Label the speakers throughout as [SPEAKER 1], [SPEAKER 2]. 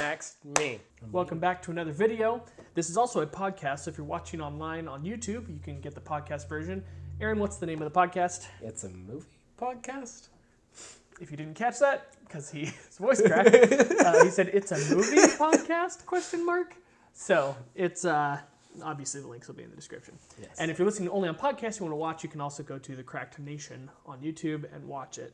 [SPEAKER 1] Next, me. Welcome back to another video. This is also a podcast, so if you're watching online on YouTube, you can get the podcast version. Aaron, what's the name of the podcast?
[SPEAKER 2] It's a movie podcast.
[SPEAKER 1] If you didn't catch that, because he his voice cracked, uh, he said it's a movie podcast? Question mark. So it's uh, obviously the links will be in the description.
[SPEAKER 2] Yes.
[SPEAKER 1] And if you're listening only on podcast, you want to watch, you can also go to the Cracked Nation on YouTube and watch it.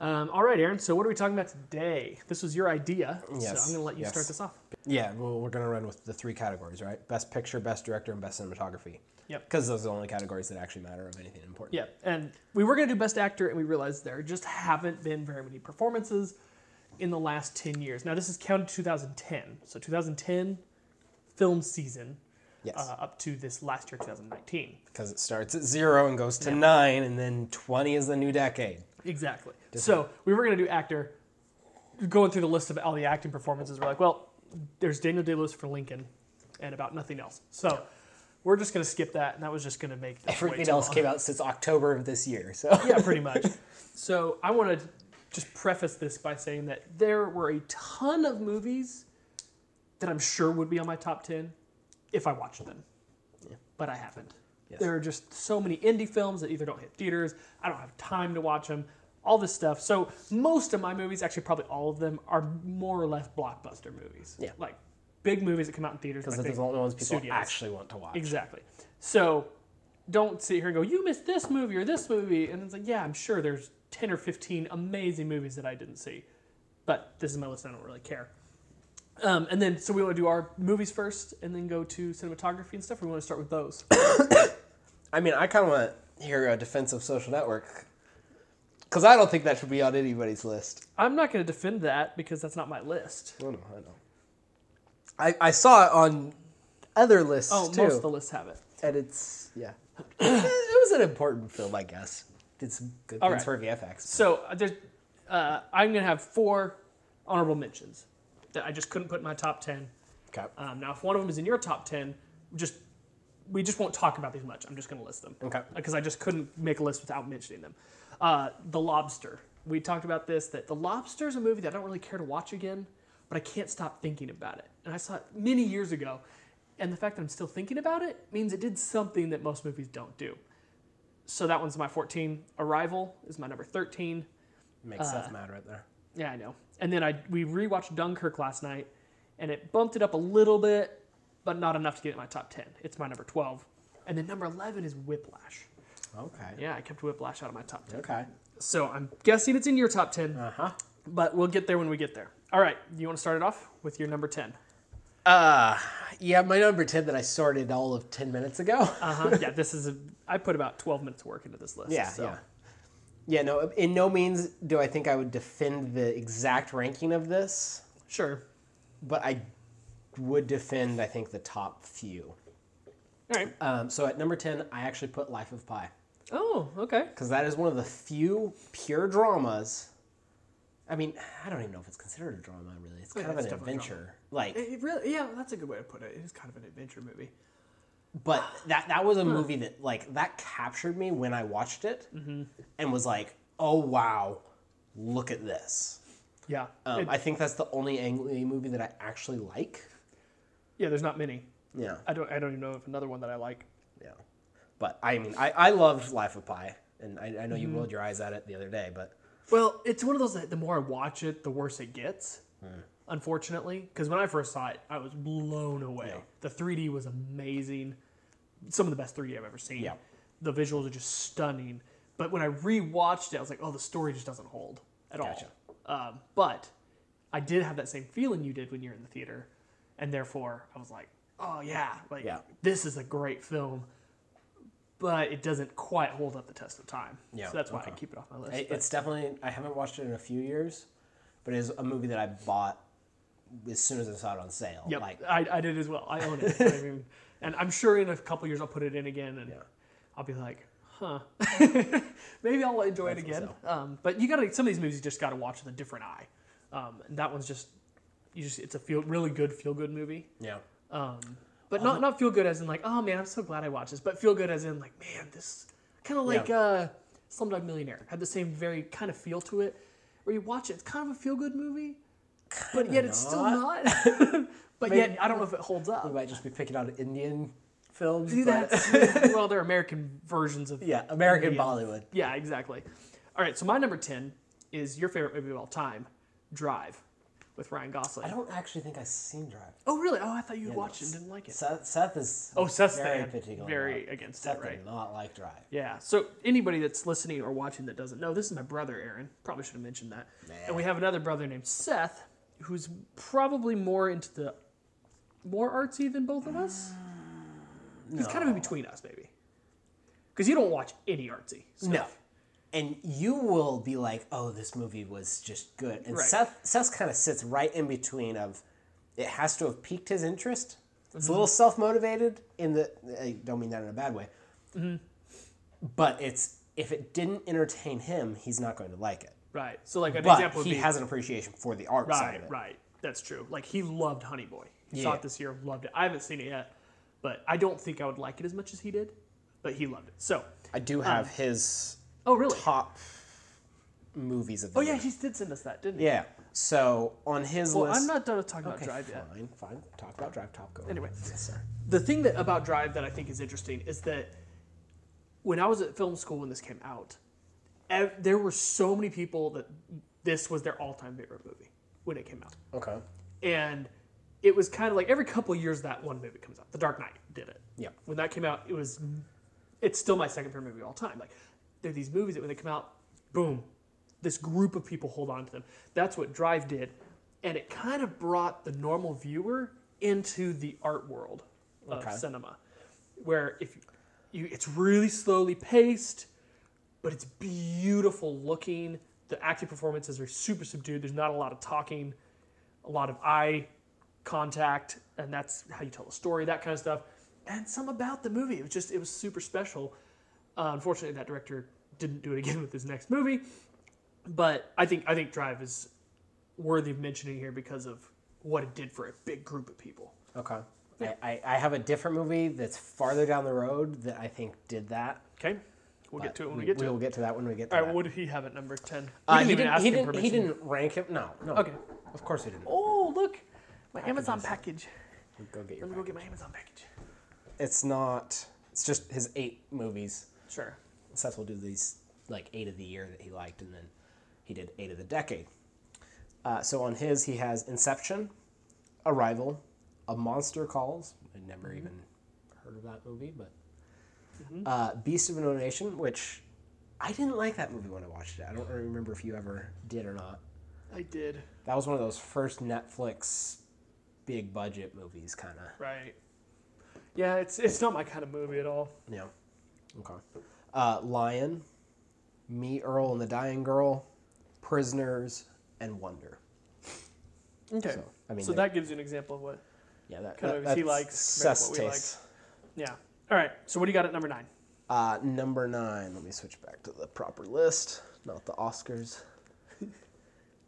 [SPEAKER 1] Um, all right, Aaron. So what are we talking about today? This was your idea,
[SPEAKER 2] Yes,
[SPEAKER 1] so I'm going to let you
[SPEAKER 2] yes.
[SPEAKER 1] start this off.
[SPEAKER 2] Yeah, well, we're gonna run with the three categories, right? Best picture, best director, and best cinematography.
[SPEAKER 1] Yep.
[SPEAKER 2] Because those are the only categories that actually matter of anything important.
[SPEAKER 1] Yeah, and we were going to do Best Actor, and we realized there just haven't been very many performances in the last 10 years. Now, this is counted 2010. So, 2010 film season
[SPEAKER 2] Yes.
[SPEAKER 1] uh, up to this last year, 2019.
[SPEAKER 2] Because it starts at zero and goes to nine, and then twenty is the new decade.
[SPEAKER 1] Exactly. So, we were going to do actor. Going through the list of all the acting performances, we're like, well, there's Daniel Day Lewis for Lincoln and about nothing else. So, we're just going to skip that, and that was just going to make this way
[SPEAKER 2] Everything
[SPEAKER 1] too
[SPEAKER 2] else
[SPEAKER 1] long.
[SPEAKER 2] came out since October of this year. So
[SPEAKER 1] yeah, pretty much. So I want to just preface this by saying that there were a ton of movies that I'm sure would be on my top 10 if I watched them. But I haven't.
[SPEAKER 2] Yes.
[SPEAKER 1] There are just so many indie films that either don't hit theaters, I don't have time to watch them, all this stuff. So most of my movies, actually probably all of them, are more or less blockbuster movies.
[SPEAKER 2] Yeah.
[SPEAKER 1] Like big movies that come out in theaters.
[SPEAKER 2] because
[SPEAKER 1] by
[SPEAKER 2] those are
[SPEAKER 1] big
[SPEAKER 2] the only ones people
[SPEAKER 1] studios.
[SPEAKER 2] actually want to watch.
[SPEAKER 1] Exactly. So don't sit here and go, you missed this movie or this movie. And it's like, yeah, I'm sure there's 10 or 15 amazing movies that I didn't see. But this is my list, and I don't really care. Um, and then, so we want to do our movies first and then go to cinematography and stuff. or We want to start with those.
[SPEAKER 2] I mean, I kind of want to hear a defensive social network because I don't think that should be on anybody's list.
[SPEAKER 1] I'm not going to defend that because that's not my list.
[SPEAKER 2] Oh no, I know. I, I saw it on other lists
[SPEAKER 1] Oh,
[SPEAKER 2] too,
[SPEAKER 1] most of the lists have it.
[SPEAKER 2] and it's yeah, it was an important film, I guess. Did some good
[SPEAKER 1] All
[SPEAKER 2] things
[SPEAKER 1] right.
[SPEAKER 2] for VFX.
[SPEAKER 1] So uh, there's, uh, I'm going to have four honorable mentions that I just couldn't put in my top 10.
[SPEAKER 2] Okay.
[SPEAKER 1] Um, now, if one of them is in your top ten, just we just won't talk about these much. I'm just going to list them
[SPEAKER 2] Okay.
[SPEAKER 1] because I just couldn't make a list without mentioning them. Uh, the Lobster. We talked about this that The Lobster is a movie that I don't really care to watch again, but I can't stop thinking about it. And I saw it many years ago, and the fact that I'm still thinking about it means it did something that most movies don't do. So that one's my 14. Arrival is my number 13.
[SPEAKER 2] Makes
[SPEAKER 1] Uh,
[SPEAKER 2] Seth mad right there.
[SPEAKER 1] Yeah, I know. And then I we rewatched Dunkirk last night, and it bumped it up a little bit, but not enough to get it in my top ten. It's my number twelve, and then number eleven is Whiplash.
[SPEAKER 2] Okay.
[SPEAKER 1] Yeah, I kept Whiplash out of my top ten.
[SPEAKER 2] Okay.
[SPEAKER 1] So I'm guessing it's in your top ten,
[SPEAKER 2] Uh huh.
[SPEAKER 1] but we'll get there when we get there. All right, you want to start it off with your number ten?
[SPEAKER 2] Uh, yeah, my number ten that I sorted all of ten minutes ago.
[SPEAKER 1] Uh huh. yeah, this is a. I put about twelve minutes of work into this list.
[SPEAKER 2] Yeah,
[SPEAKER 1] so.
[SPEAKER 2] yeah. Yeah, no, in no means do I think I would defend the exact ranking of this,
[SPEAKER 1] Sure.
[SPEAKER 2] but I would defend, I think, the top few.
[SPEAKER 1] All right.
[SPEAKER 2] Um, so at number 10, I actually put Life of Pi,
[SPEAKER 1] Oh, okay.
[SPEAKER 2] because that is one of the few pure dramas. I mean, I don't even know if it's considered a drama, really. It's
[SPEAKER 1] Yeah,
[SPEAKER 2] kind of
[SPEAKER 1] it's
[SPEAKER 2] an
[SPEAKER 1] definitely a
[SPEAKER 2] adventure. Like,
[SPEAKER 1] It really, yeah, that's a good way to put it. It is kind of an adventure movie.
[SPEAKER 2] but that that was a movie that like that captured me when I watched it,
[SPEAKER 1] Mm-hmm.
[SPEAKER 2] and was like, oh wow, look at this.
[SPEAKER 1] Yeah.
[SPEAKER 2] Um,
[SPEAKER 1] It-
[SPEAKER 2] I think that's the only Ang Lee movie that I actually like.
[SPEAKER 1] yeah. There's not many.
[SPEAKER 2] Yeah,
[SPEAKER 1] I don't. I don't even know if another one that I like.
[SPEAKER 2] yeah. But I mean, I, I loved Life of Pi, and I, I know
[SPEAKER 1] Mm-hmm.
[SPEAKER 2] you rolled your eyes at it the other day, but
[SPEAKER 1] Well, it's one of those that the more I watch it, the worse it gets. Unfortunately, because when I first saw it, I was blown away.
[SPEAKER 2] Yeah.
[SPEAKER 1] The 3D was amazing. Some of the best 3D I've ever seen.
[SPEAKER 2] Yeah.
[SPEAKER 1] The visuals are just stunning. But when I rewatched it, I was like, oh, the story just doesn't hold at
[SPEAKER 2] Gotcha.
[SPEAKER 1] all. Um, but I did have that same feeling you did when you're in the theater, and therefore I was like, oh yeah, like
[SPEAKER 2] Yeah.
[SPEAKER 1] this is a great film. But it doesn't quite hold up the test of time.
[SPEAKER 2] Yeah,
[SPEAKER 1] So that's why I
[SPEAKER 2] okay.
[SPEAKER 1] keep it off my list.
[SPEAKER 2] it,
[SPEAKER 1] but-
[SPEAKER 2] it's definitely I haven't watched it in a few years, but it is a movie that I bought as soon as I saw it on sale.
[SPEAKER 1] Yep,
[SPEAKER 2] Like,
[SPEAKER 1] I, I did as well. I own it. I mean, and I'm sure in a couple years I'll put it in again, and
[SPEAKER 2] Yeah.
[SPEAKER 1] I'll be like, huh, maybe I'll enjoy it
[SPEAKER 2] think
[SPEAKER 1] again. Um, but you got to some of these movies you just got to watch with a different eye. Um, and that one's just you just it's a feel really good feel good movie.
[SPEAKER 2] yeah,
[SPEAKER 1] Um, but not not feel good as in like oh man I'm so glad I watched this, but feel good as in like man this kind of like uh, Slumdog Millionaire had the same very kind of feel to it where you watch it. It's kind of a feel good movie. but yet it's still not. but yet I don't know if it holds
[SPEAKER 2] We
[SPEAKER 1] up.
[SPEAKER 2] might just be picking out Indian films.
[SPEAKER 1] See,
[SPEAKER 2] but-
[SPEAKER 1] that's- well, they're American versions of
[SPEAKER 2] Yeah, American
[SPEAKER 1] Indian.
[SPEAKER 2] Bollywood.
[SPEAKER 1] Yeah, exactly. All right, so my number ten is your favorite movie of all time, Drive, with Ryan
[SPEAKER 2] I
[SPEAKER 1] Gosling.
[SPEAKER 2] don't actually think I've seen Drive.
[SPEAKER 1] Oh, really? Oh, I thought you
[SPEAKER 2] Yeah,
[SPEAKER 1] watched it
[SPEAKER 2] no,
[SPEAKER 1] and didn't like it.
[SPEAKER 2] Seth, Seth is
[SPEAKER 1] Oh, Seth's
[SPEAKER 2] very
[SPEAKER 1] the-
[SPEAKER 2] particular.
[SPEAKER 1] very
[SPEAKER 2] about-
[SPEAKER 1] against it,
[SPEAKER 2] Seth
[SPEAKER 1] right?
[SPEAKER 2] did not like Drive.
[SPEAKER 1] Yeah. So anybody that's listening or watching that doesn't know, this is my brother Aaron. Probably should have mentioned that. And we have another brother named Seth, who's probably more into the more artsy than both of us.
[SPEAKER 2] Ah,
[SPEAKER 1] He's kind of in between us, maybe. Because you don't watch any artsy. Stuff.
[SPEAKER 2] No. And you will be like, oh, this movie was just good. And
[SPEAKER 1] Right.
[SPEAKER 2] Seth, Seth kind of sits right in between of, it has to have piqued his interest.
[SPEAKER 1] Mm-hmm.
[SPEAKER 2] It's a little self motivated in the, I don't mean that in a bad way.
[SPEAKER 1] Mm-hmm.
[SPEAKER 2] But it's, if it didn't entertain him, he's not going to like it.
[SPEAKER 1] Right. So like an
[SPEAKER 2] But
[SPEAKER 1] example would
[SPEAKER 2] he
[SPEAKER 1] be
[SPEAKER 2] has an appreciation for the art side of
[SPEAKER 1] right,
[SPEAKER 2] it.
[SPEAKER 1] right. That's true. Like he loved Honey Boy. He saw
[SPEAKER 2] Yeah.
[SPEAKER 1] it this year, loved it. I haven't seen it yet, but I don't think I would like it as much as he did. But he loved it. So.
[SPEAKER 2] I do have his
[SPEAKER 1] Um, Oh really?
[SPEAKER 2] top movies of the
[SPEAKER 1] Oh yeah,
[SPEAKER 2] year.
[SPEAKER 1] he did send us that, didn't he?
[SPEAKER 2] Yeah. So on his
[SPEAKER 1] Well,
[SPEAKER 2] list.
[SPEAKER 1] I'm not done with talking
[SPEAKER 2] Okay,
[SPEAKER 1] about Drive yet.
[SPEAKER 2] Fine, fine. Talk about Drive, Top Go.
[SPEAKER 1] Anyway.
[SPEAKER 2] Yes, sir.
[SPEAKER 1] The thing that about Drive that I think is interesting is that when I was at film school when this came out, ev- there were so many people that this was their all-time favorite movie when it came out,
[SPEAKER 2] Okay.
[SPEAKER 1] and it was kind of like every couple of years that one movie comes out. The Dark Knight did it.
[SPEAKER 2] Yeah.
[SPEAKER 1] When that came out, it was it's still my second favorite movie of all time. Like there are these movies that when they come out, boom, this group of people hold on to them. That's what Drive did, and it kind of brought the normal viewer into the art world of
[SPEAKER 2] Okay.
[SPEAKER 1] cinema, where if you, it's really slowly paced, but it's beautiful looking. The acting performances are super subdued. There's not a lot of talking, a lot of eye contact, and that's how you tell a story, that kind of stuff. And some about the movie. It was just, it was super special. Uh, unfortunately, that director didn't do it again with his next movie. But I think I think Drive is worthy of mentioning here because of what it did for a big group of people.
[SPEAKER 2] Okay. I, I, I have a different movie that's farther down the road that I think did that.
[SPEAKER 1] Okay, we'll get to it when we
[SPEAKER 2] We-
[SPEAKER 1] get to it.
[SPEAKER 2] We'll get to that when we get to
[SPEAKER 1] All right,
[SPEAKER 2] that.
[SPEAKER 1] what did he have at number ten? We
[SPEAKER 2] Uh,
[SPEAKER 1] didn't
[SPEAKER 2] he
[SPEAKER 1] even
[SPEAKER 2] didn't,
[SPEAKER 1] ask
[SPEAKER 2] he
[SPEAKER 1] him
[SPEAKER 2] didn't, he
[SPEAKER 1] permission.
[SPEAKER 2] didn't rank him. No, no.
[SPEAKER 1] Okay.
[SPEAKER 2] Of course he didn't.
[SPEAKER 1] Oh, look, my Amazon package.
[SPEAKER 2] Go get your
[SPEAKER 1] Let me
[SPEAKER 2] back.
[SPEAKER 1] go get my Amazon package.
[SPEAKER 2] It's not. It's just his eight movies.
[SPEAKER 1] Sure.
[SPEAKER 2] Seth will do these like eight of the year that he liked, and then he did eight of the decade. Uh, so on his, he has Inception, Arrival, A Monster Calls. I never even heard of that movie, but uh, Beast of No Nation, which I didn't like that movie when I watched it. I don't remember if you ever did or not.
[SPEAKER 1] I did.
[SPEAKER 2] That was one of those first Netflix big budget movies, kind of.
[SPEAKER 1] Right. Yeah, it's it's not my kind of movie at all.
[SPEAKER 2] Yeah. Okay. Uh, Lion, Me, Earl, and the Dying Girl, Prisoners, and Wonder.
[SPEAKER 1] Okay. So,
[SPEAKER 2] So, I mean, they're-
[SPEAKER 1] that gives you an example of what.
[SPEAKER 2] yeah, that,
[SPEAKER 1] kind of
[SPEAKER 2] that-
[SPEAKER 1] he
[SPEAKER 2] that's
[SPEAKER 1] likes
[SPEAKER 2] Seth's
[SPEAKER 1] compared to what we
[SPEAKER 2] taste.
[SPEAKER 1] Yeah. All right. So what do you got at number nine?
[SPEAKER 2] Uh, number nine. Let me switch back to the proper list, not the Oscars.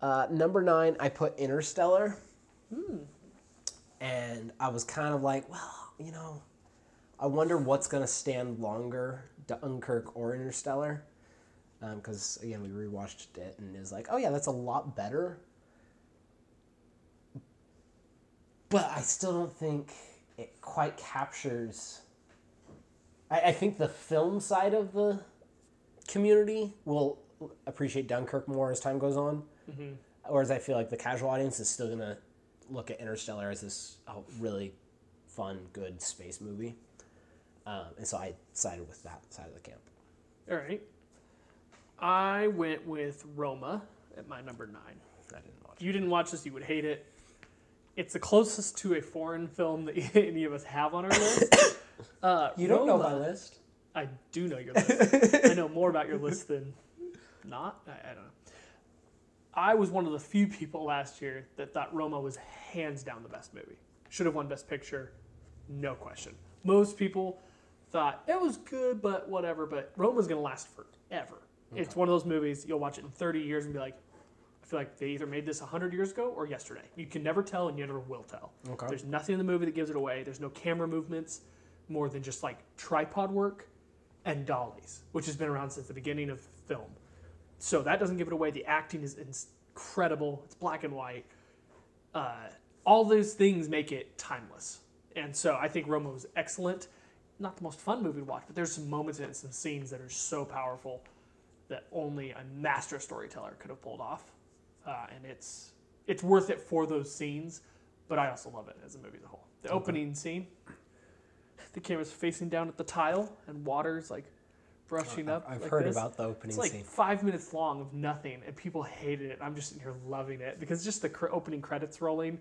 [SPEAKER 2] uh, number nine, I put Interstellar, and I was kind of like, well, you know, I wonder what's gonna stand longer, Dunkirk or Interstellar, because again, we rewatched it and it was like, oh yeah, that's a lot better. But I still don't think it quite captures. I, I think the film side of the community will appreciate Dunkirk more as time goes on,
[SPEAKER 1] Mm-hmm.
[SPEAKER 2] whereas I feel like the casual audience is still gonna look at Interstellar as this oh, really fun, good space movie, um, and so I sided with that side of the camp.
[SPEAKER 1] All right. I went with Roma at my number nine.
[SPEAKER 2] I didn't watch.
[SPEAKER 1] If you didn't watch this, you would hate it. It's the closest to a foreign film that any of us have on our list. Uh,
[SPEAKER 2] You don't know
[SPEAKER 1] Roma-
[SPEAKER 2] my list.
[SPEAKER 1] I do know your list. I know more about your list than not. I, I don't know. I was one of the few people last year that thought Roma was hands down the best movie. Should have won Best Picture, no question. Most people thought it was good, but whatever. But Roma's going to last forever. It's one of those movies you'll watch it in 30 years and be like, I feel like they either made this 100 years ago or yesterday. You can never tell and you never will tell.
[SPEAKER 2] Okay.
[SPEAKER 1] There's nothing in the movie that gives it away. There's no camera movements more than just like tripod work and dollies, which has been around since the beginning of film. So that doesn't give it away. The acting is incredible. It's black and white. uh, all those things make it timeless. And so I think Roma was excellent. Not the most fun movie to watch, but there's some moments in it, some scenes that are so powerful that only a master storyteller could have pulled off. Uh, and it's it's worth it for those scenes, but I also love it as a movie as a whole. The opening scene, the camera's facing down at the tile, and water's like brushing up.
[SPEAKER 2] I've
[SPEAKER 1] like
[SPEAKER 2] heard
[SPEAKER 1] this.
[SPEAKER 2] about the opening
[SPEAKER 1] It's like
[SPEAKER 2] scene.
[SPEAKER 1] five minutes long of nothing, and people hated it. I'm just sitting here loving it because just the cr- opening credits rolling,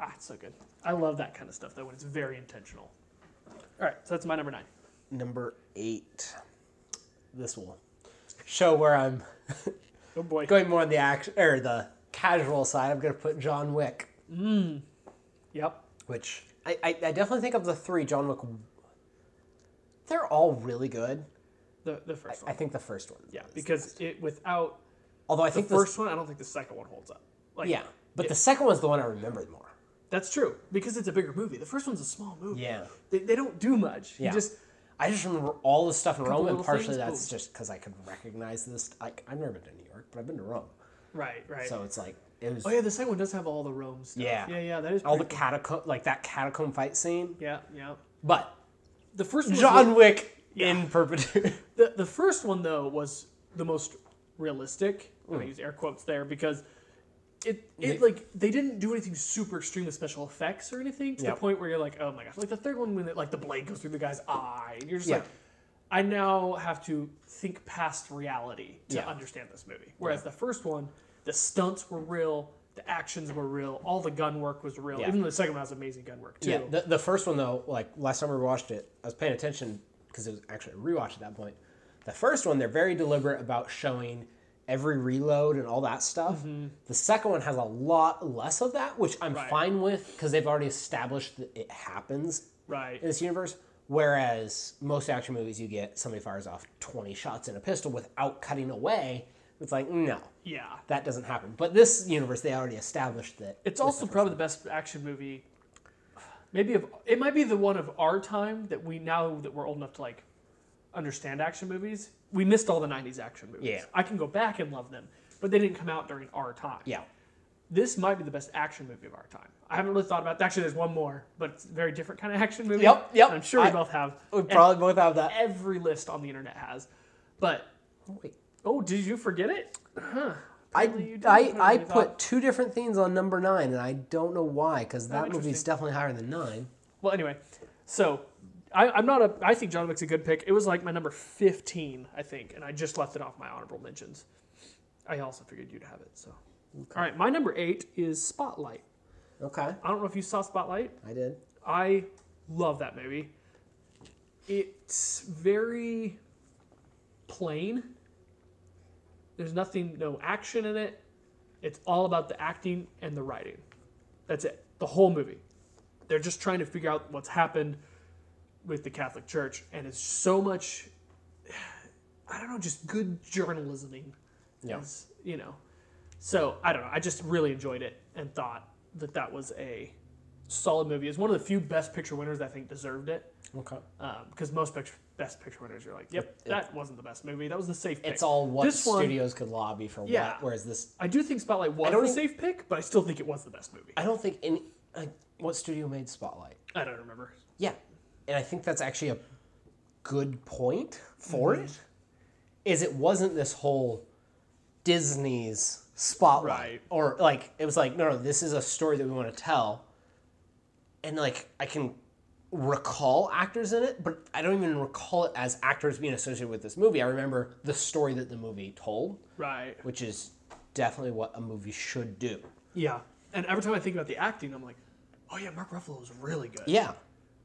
[SPEAKER 1] ah, it's so good. I love that kind of stuff though when it's very intentional. All right, so that's my number nine.
[SPEAKER 2] Number eight. This will show where I'm
[SPEAKER 1] Oh boy,
[SPEAKER 2] going more on the action or the casual side. I'm gonna put John Wick,
[SPEAKER 1] yep,
[SPEAKER 2] which I, I, I definitely think of the three John Wick. They're all really good.
[SPEAKER 1] the the first
[SPEAKER 2] I
[SPEAKER 1] one.
[SPEAKER 2] think the first one.
[SPEAKER 1] Yeah,
[SPEAKER 2] is-
[SPEAKER 1] because it without
[SPEAKER 2] although I
[SPEAKER 1] the
[SPEAKER 2] think the
[SPEAKER 1] first one, I don't think the second one holds up. Like,
[SPEAKER 2] yeah, but the second one's the one I remember more.
[SPEAKER 1] that's true because it's a bigger movie. The first one's a small movie.
[SPEAKER 2] Yeah.
[SPEAKER 1] they, they don't do much.
[SPEAKER 2] Yeah.
[SPEAKER 1] You just
[SPEAKER 2] I just remember all the stuff in Rome, and
[SPEAKER 1] little
[SPEAKER 2] partially
[SPEAKER 1] things,
[SPEAKER 2] that's
[SPEAKER 1] boom.
[SPEAKER 2] just because I could recognize this. Like I've never been to New York, but I've been to Rome,
[SPEAKER 1] right, right.
[SPEAKER 2] so it's like it was
[SPEAKER 1] oh yeah, the second one does have all the Rome stuff.
[SPEAKER 2] Yeah.
[SPEAKER 1] yeah, yeah. That is
[SPEAKER 2] all the
[SPEAKER 1] pretty
[SPEAKER 2] catacomb, like that catacomb fight scene.
[SPEAKER 1] cool. yeah, yeah.
[SPEAKER 2] But
[SPEAKER 1] The first one
[SPEAKER 2] John Wick in perpetuity.
[SPEAKER 1] The, the first one though was the most realistic.
[SPEAKER 2] Hmm.
[SPEAKER 1] I'm gonna use air quotes there because it it like they didn't do anything super extreme with special effects or anything to
[SPEAKER 2] Yep.
[SPEAKER 1] the point where you're like, oh my gosh. Like the third one when it, like the blade goes through the guy's eye, and you're just
[SPEAKER 2] Yeah.
[SPEAKER 1] like, I now have to think past reality to
[SPEAKER 2] Yeah.
[SPEAKER 1] understand this movie. Whereas the first one, the stunts were real, the actions were real, all the gun work was real.
[SPEAKER 2] Yeah.
[SPEAKER 1] Even though the second one has amazing gun work too.
[SPEAKER 2] Yeah, the, the first one though, like last time we watched it, I was paying attention because it was actually a rewatch at that point. The first one, they're very deliberate about showing every reload and all that stuff. The second one has a lot less of that, which I'm
[SPEAKER 1] Mm-hmm. Right.
[SPEAKER 2] fine with because they've already established that it happens
[SPEAKER 1] right.
[SPEAKER 2] in this universe. Whereas most action movies, you get somebody fires off 20 shots in a pistol without cutting away. It's like, no,
[SPEAKER 1] yeah.
[SPEAKER 2] that doesn't happen. But this universe, they already established that.
[SPEAKER 1] It's also probably the best action movie. Maybe of it might be the one of our time that we now that we're old enough to like understand action movies. We missed all the '90s action movies.
[SPEAKER 2] Yeah.
[SPEAKER 1] I can go back and love them, but they didn't come out during our time.
[SPEAKER 2] yeah.
[SPEAKER 1] this might be the best action movie of our time. I haven't really thought about. Actually, there's one more, but it's a very different kind of action movie.
[SPEAKER 2] Yep, yep.
[SPEAKER 1] I'm sure we
[SPEAKER 2] I-
[SPEAKER 1] both have.
[SPEAKER 2] We
[SPEAKER 1] And
[SPEAKER 2] probably both have that.
[SPEAKER 1] every list on the internet has, but
[SPEAKER 2] Wait.
[SPEAKER 1] oh, did you forget it?
[SPEAKER 2] I,
[SPEAKER 1] Apparently you didn't
[SPEAKER 2] I,
[SPEAKER 1] put it
[SPEAKER 2] I
[SPEAKER 1] on your
[SPEAKER 2] put
[SPEAKER 1] top.
[SPEAKER 2] two different things on number nine, and I don't know why, because that movie's
[SPEAKER 1] Oh, interesting.
[SPEAKER 2] definitely higher than nine.
[SPEAKER 1] Well, anyway, so I, I'm not a. I think John Wick's a good pick. It was like my number 15, I think, and I just left it off my honorable mentions. I also figured you'd have it. So, all right, my number eight is Spotlight.
[SPEAKER 2] Okay,
[SPEAKER 1] I don't know if you saw Spotlight.
[SPEAKER 2] I did.
[SPEAKER 1] I love that movie. It's very plain. There's nothing, no action in it. It's all about the acting and the writing. That's it. The whole movie. They're just trying to figure out what's happened with the Catholic Church, and it's so much. I don't know, just good journalisming.
[SPEAKER 2] Yeah.
[SPEAKER 1] is, you know. So I don't know. I just really enjoyed it and thought that that was a solid movie. It's one of the few Best Picture winners that I think deserved it.
[SPEAKER 2] Okay.
[SPEAKER 1] Because most picture, Best Picture winners, you're like, yep, that wasn't the best movie. That was the safe pick.
[SPEAKER 2] It's all what
[SPEAKER 1] This one-
[SPEAKER 2] studios could lobby for
[SPEAKER 1] Yeah.
[SPEAKER 2] what, whereas this,
[SPEAKER 1] I do think Spotlight was
[SPEAKER 2] don't
[SPEAKER 1] the
[SPEAKER 2] even-
[SPEAKER 1] safe pick, but I still think it was the best movie.
[SPEAKER 2] I don't think any, like, what studio made Spotlight?
[SPEAKER 1] I don't remember.
[SPEAKER 2] Yeah, and I think that's actually a good point for it, is it wasn't this whole Disney's spotlight
[SPEAKER 1] Right.
[SPEAKER 2] or like it was like no no this is a story that we want to tell, and like I can recall actors in it, but I don't even recall it as actors being associated with this movie. I remember the story that the movie told,
[SPEAKER 1] Right.
[SPEAKER 2] which is definitely what a movie should do.
[SPEAKER 1] Yeah. And every time I think about the acting, I'm like, oh yeah, Mark Ruffalo was really good.
[SPEAKER 2] Yeah,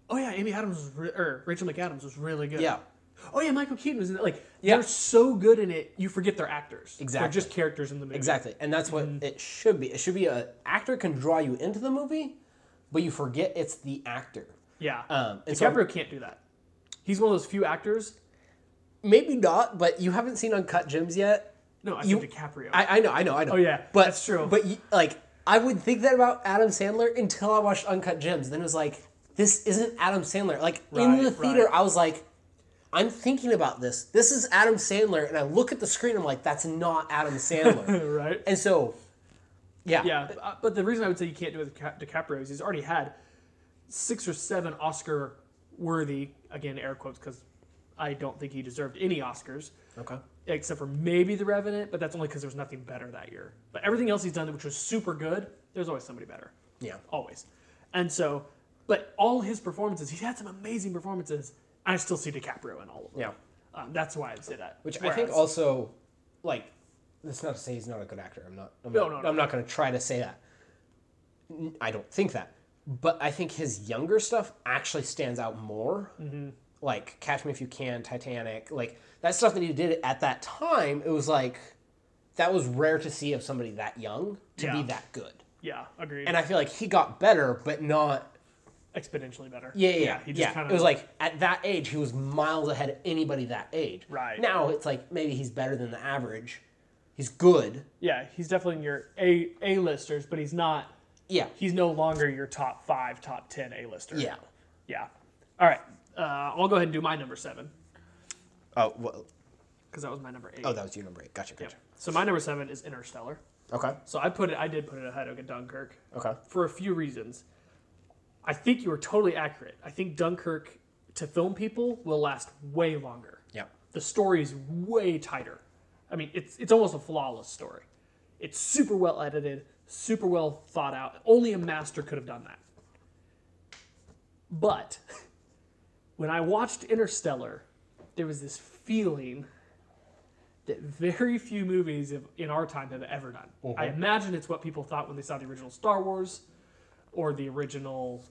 [SPEAKER 1] Oh yeah, Amy Adams was re- or Rachel McAdams was really good.
[SPEAKER 2] yeah,
[SPEAKER 1] Oh yeah, Michael Keaton was in it. Like
[SPEAKER 2] Yeah.
[SPEAKER 1] they're so good in it, you forget they're actors.
[SPEAKER 2] Exactly.
[SPEAKER 1] They're just characters in the movie.
[SPEAKER 2] Exactly, and that's what
[SPEAKER 1] Mm-hmm.
[SPEAKER 2] it should be. It should be a actor can draw you into the movie, but you forget it's the actor.
[SPEAKER 1] Yeah.
[SPEAKER 2] Um, and so-
[SPEAKER 1] DiCaprio can't do that. He's one of those few actors.
[SPEAKER 2] Maybe not, but you haven't seen Uncut Gems yet.
[SPEAKER 1] No, I
[SPEAKER 2] You-
[SPEAKER 1] said DiCaprio.
[SPEAKER 2] I, I know, I know, I know. Oh
[SPEAKER 1] yeah,
[SPEAKER 2] but
[SPEAKER 1] that's true.
[SPEAKER 2] But you, like, I would think that about Adam Sandler until I watched Uncut Gems. Then it was like, this isn't Adam Sandler. Like in
[SPEAKER 1] Right,
[SPEAKER 2] the theater,
[SPEAKER 1] right.
[SPEAKER 2] I was like. I'm thinking about this. This is Adam Sandler, and I look at the screen. I'm like, "That's not Adam Sandler."
[SPEAKER 1] right.
[SPEAKER 2] And so Yeah.
[SPEAKER 1] Yeah, but, uh, but the reason I would say you can't do it with Ca- DiCaprio is he's already had six or seven Oscar worthy, again, air quotes, because I don't think he deserved any Oscars,
[SPEAKER 2] Okay.
[SPEAKER 1] except for maybe The Revenant, but that's only because there was nothing better that year. But everything else he's done, which was super good, there's always somebody better.
[SPEAKER 2] Yeah.
[SPEAKER 1] Always. And so, but all his performances, he's had some amazing performances. I still see DiCaprio in all of them.
[SPEAKER 2] Yeah.
[SPEAKER 1] Um, that's why I'd say that.
[SPEAKER 2] Which I think
[SPEAKER 1] Whereas-
[SPEAKER 2] also, like, that's not to say he's not a good actor. I'm not. I'm not,
[SPEAKER 1] No, no, no.
[SPEAKER 2] I'm not going to try to say that. N- I don't think that. But I think his younger stuff actually stands out more.
[SPEAKER 1] Mm-hmm.
[SPEAKER 2] Like Catch Me If You Can, Titanic, like that stuff that he did at that time. It was like that was rare to see of somebody that young to
[SPEAKER 1] Yeah.
[SPEAKER 2] be that good.
[SPEAKER 1] Yeah, agreed.
[SPEAKER 2] And I feel like he got better, but not
[SPEAKER 1] Exponentially better.
[SPEAKER 2] yeah, yeah, yeah.
[SPEAKER 1] He just kind of
[SPEAKER 2] it was like at that age, he was miles ahead of anybody that age.
[SPEAKER 1] Right.
[SPEAKER 2] Now it's like maybe he's better than the average. He's good.
[SPEAKER 1] Yeah, he's definitely in your A A listers, but he's not.
[SPEAKER 2] Yeah.
[SPEAKER 1] He's no longer your top five, top ten A lister.
[SPEAKER 2] Yeah.
[SPEAKER 1] Yeah. All right. Uh, I'll go ahead and do my number seven
[SPEAKER 2] Oh, well,
[SPEAKER 1] because that was my number eight.
[SPEAKER 2] oh, that was your number eight. Gotcha. Gotcha.
[SPEAKER 1] So my number seven is Interstellar.
[SPEAKER 2] Okay.
[SPEAKER 1] So I put it. I did put it ahead of Dunkirk
[SPEAKER 2] Okay.
[SPEAKER 1] for a few reasons. I think you were totally accurate. I think Dunkirk to film people will last way longer.
[SPEAKER 2] Yeah.
[SPEAKER 1] the story is way tighter. I mean, it's it's almost a flawless story. It's super well edited, super well thought out. Only a master could have done that. But when I watched Interstellar, there was this feeling that very few movies of, in our time have ever done. I imagine it's what people thought when they saw the original Star Wars or the original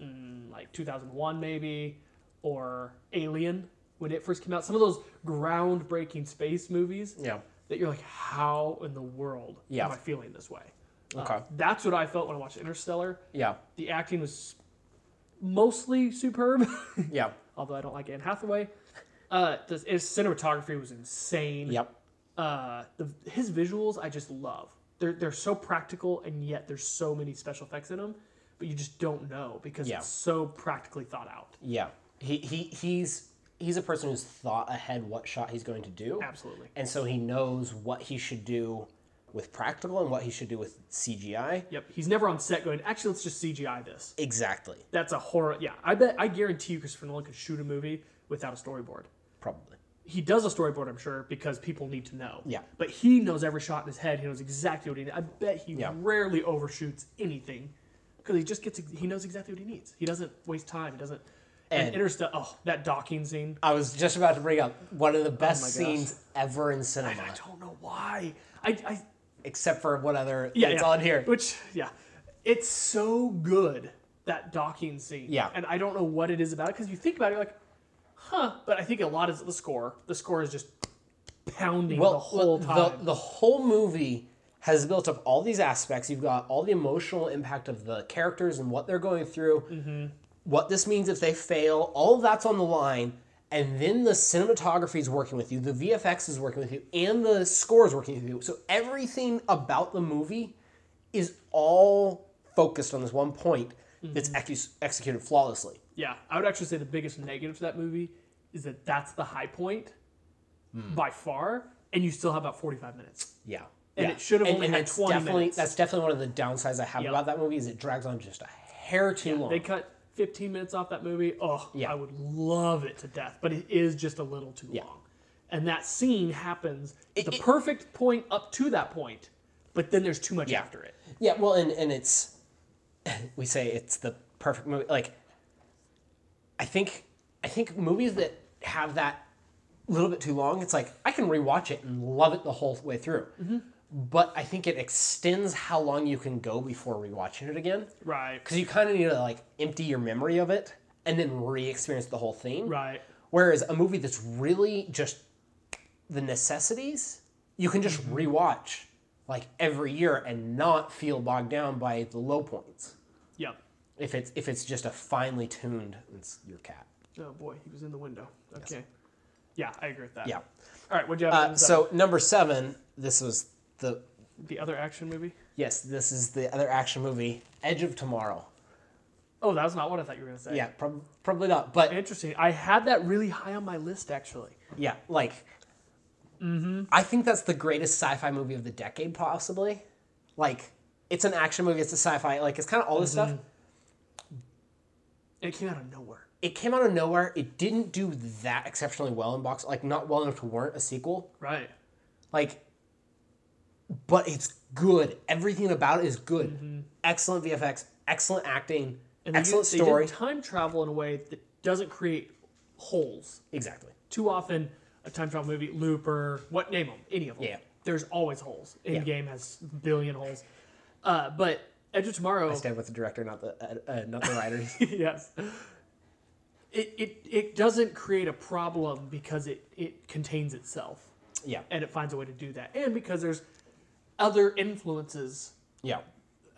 [SPEAKER 1] mm, like 2001 maybe or Alien when it first came out. Some of those groundbreaking space movies
[SPEAKER 2] Yeah.
[SPEAKER 1] that you're like, how in the world
[SPEAKER 2] Yeah.
[SPEAKER 1] am I feeling this way? Uh,
[SPEAKER 2] Okay.
[SPEAKER 1] That's what I felt when I watched Interstellar.
[SPEAKER 2] yeah.
[SPEAKER 1] The acting was mostly superb,
[SPEAKER 2] Yeah.
[SPEAKER 1] although I don't like Anne Hathaway. Uh, the, his cinematography was insane
[SPEAKER 2] Yep.
[SPEAKER 1] uh, the, his visuals I just love. They're they're so practical and yet there's so many special effects in them, but you just don't know because
[SPEAKER 2] Yeah.
[SPEAKER 1] it's so practically thought out.
[SPEAKER 2] Yeah. He he he's he's a person who's thought ahead what shot he's going to do.
[SPEAKER 1] Absolutely.
[SPEAKER 2] And so he knows what he should do with practical and what he should do with CGI.
[SPEAKER 1] Yep. He's never on set going. Actually, let's just CGI this.
[SPEAKER 2] Exactly.
[SPEAKER 1] That's a horror. Yeah, I bet I guarantee you, Christopher Nolan could shoot a movie without a storyboard.
[SPEAKER 2] Probably.
[SPEAKER 1] He does a storyboard, I'm sure, because people need to know.
[SPEAKER 2] Yeah.
[SPEAKER 1] But he knows every shot in his head. He knows exactly what he needs. I bet he
[SPEAKER 2] Yeah.
[SPEAKER 1] rarely overshoots anything because he just gets. He knows exactly what he needs. He doesn't waste time. He doesn't. And,
[SPEAKER 2] And-
[SPEAKER 1] Interstellar. Oh, that docking scene.
[SPEAKER 2] I was just about to bring up one of the best
[SPEAKER 1] Oh my gosh.
[SPEAKER 2] scenes ever in cinema,
[SPEAKER 1] I don't know why. I, I
[SPEAKER 2] except for what other
[SPEAKER 1] yeah,
[SPEAKER 2] it's
[SPEAKER 1] yeah.
[SPEAKER 2] on here.
[SPEAKER 1] Which yeah, it's so good that docking scene.
[SPEAKER 2] Yeah.
[SPEAKER 1] and I don't know what it is about it because you think about it, you're like, huh. But I think a lot is the score. The score is just pounding
[SPEAKER 2] Well,
[SPEAKER 1] the whole
[SPEAKER 2] the,
[SPEAKER 1] time.
[SPEAKER 2] the whole movie has built up all these aspects. You've got all the emotional impact of the characters and what they're going through,
[SPEAKER 1] Mm-hmm.
[SPEAKER 2] what this means if they fail. All of that's on the line, and then the cinematography is working with you, the VFX is working with you, and the score is working with you. So everything about the movie is all focused on this one point that's
[SPEAKER 1] Mm-hmm.
[SPEAKER 2] ex- executed flawlessly.
[SPEAKER 1] yeah, I would actually say the biggest negative to that movie is that that's the high point
[SPEAKER 2] Hmm.
[SPEAKER 1] by far, and you still have about forty five minutes.
[SPEAKER 2] Yeah.
[SPEAKER 1] And
[SPEAKER 2] Yeah.
[SPEAKER 1] it should have only had
[SPEAKER 2] that's
[SPEAKER 1] 20
[SPEAKER 2] definitely,
[SPEAKER 1] minutes.
[SPEAKER 2] That's definitely one of the downsides I have about that movie is it drags on just a hair too long.
[SPEAKER 1] They cut fifteen minutes off that movie. Oh,
[SPEAKER 2] Yeah.
[SPEAKER 1] I would love it to death, but it is just a little too long. And that scene happens at the
[SPEAKER 2] it-
[SPEAKER 1] perfect point up to that point, but then there's too much
[SPEAKER 2] Yeah.
[SPEAKER 1] after it.
[SPEAKER 2] yeah, well, and, and it's, we say it's the perfect movie. Like, I think, I think movies that have that little bit too long, it's like, I can rewatch it and love it the whole way through.
[SPEAKER 1] Mm-hmm.
[SPEAKER 2] But I think it extends how long you can go before rewatching it again.
[SPEAKER 1] Right.
[SPEAKER 2] Because you kind of need to, like, empty your memory of it and then re experience the whole thing.
[SPEAKER 1] Right.
[SPEAKER 2] Whereas a movie that's really just the necessities, you can just rewatch like every year and not feel bogged down by the low points.
[SPEAKER 1] Yep.
[SPEAKER 2] If it's if it's just a finely tuned, it's your cat.
[SPEAKER 1] Oh boy, he was in the window. Okay. Yeah, I agree with that.
[SPEAKER 2] Yeah.
[SPEAKER 1] All right. What'd you have?
[SPEAKER 2] Uh,
[SPEAKER 1] on
[SPEAKER 2] so number seven, this was the
[SPEAKER 1] the other action movie.
[SPEAKER 2] yes, this is the other action movie, Edge of Tomorrow.
[SPEAKER 1] Oh, that was not what I thought you were gonna say.
[SPEAKER 2] Yeah, prob- probably not, but
[SPEAKER 1] Interesting. I had that really high on my list actually.
[SPEAKER 2] yeah, like. I think that's the greatest sci-fi movie of the decade, possibly. Like it's an action movie, it's a sci-fi, like it's kind of all this stuff.
[SPEAKER 1] Mm-hmm. It came out of nowhere.
[SPEAKER 2] It came out of nowhere. It didn't do that exceptionally well in box, like not well enough to warrant a sequel.
[SPEAKER 1] Right.
[SPEAKER 2] Like, but it's good. Everything about it is good. Excellent VFX, excellent acting,
[SPEAKER 1] Mm-hmm. And they
[SPEAKER 2] excellent
[SPEAKER 1] did- they did
[SPEAKER 2] story.
[SPEAKER 1] time travel in a way that doesn't create holes.
[SPEAKER 2] Exactly.
[SPEAKER 1] Too often, a time travel movie, Looper, what name them, any of them.
[SPEAKER 2] Yeah.
[SPEAKER 1] There's always holes. Endgame has a billion holes. Uh, but Edge of Tomorrow.
[SPEAKER 2] Stand with the director, not the uh, uh, not the writers.
[SPEAKER 1] yes. It, it, it doesn't create a problem because it, it contains itself
[SPEAKER 2] yeah,
[SPEAKER 1] and it finds a way to do that. And because there's other influences,
[SPEAKER 2] yeah,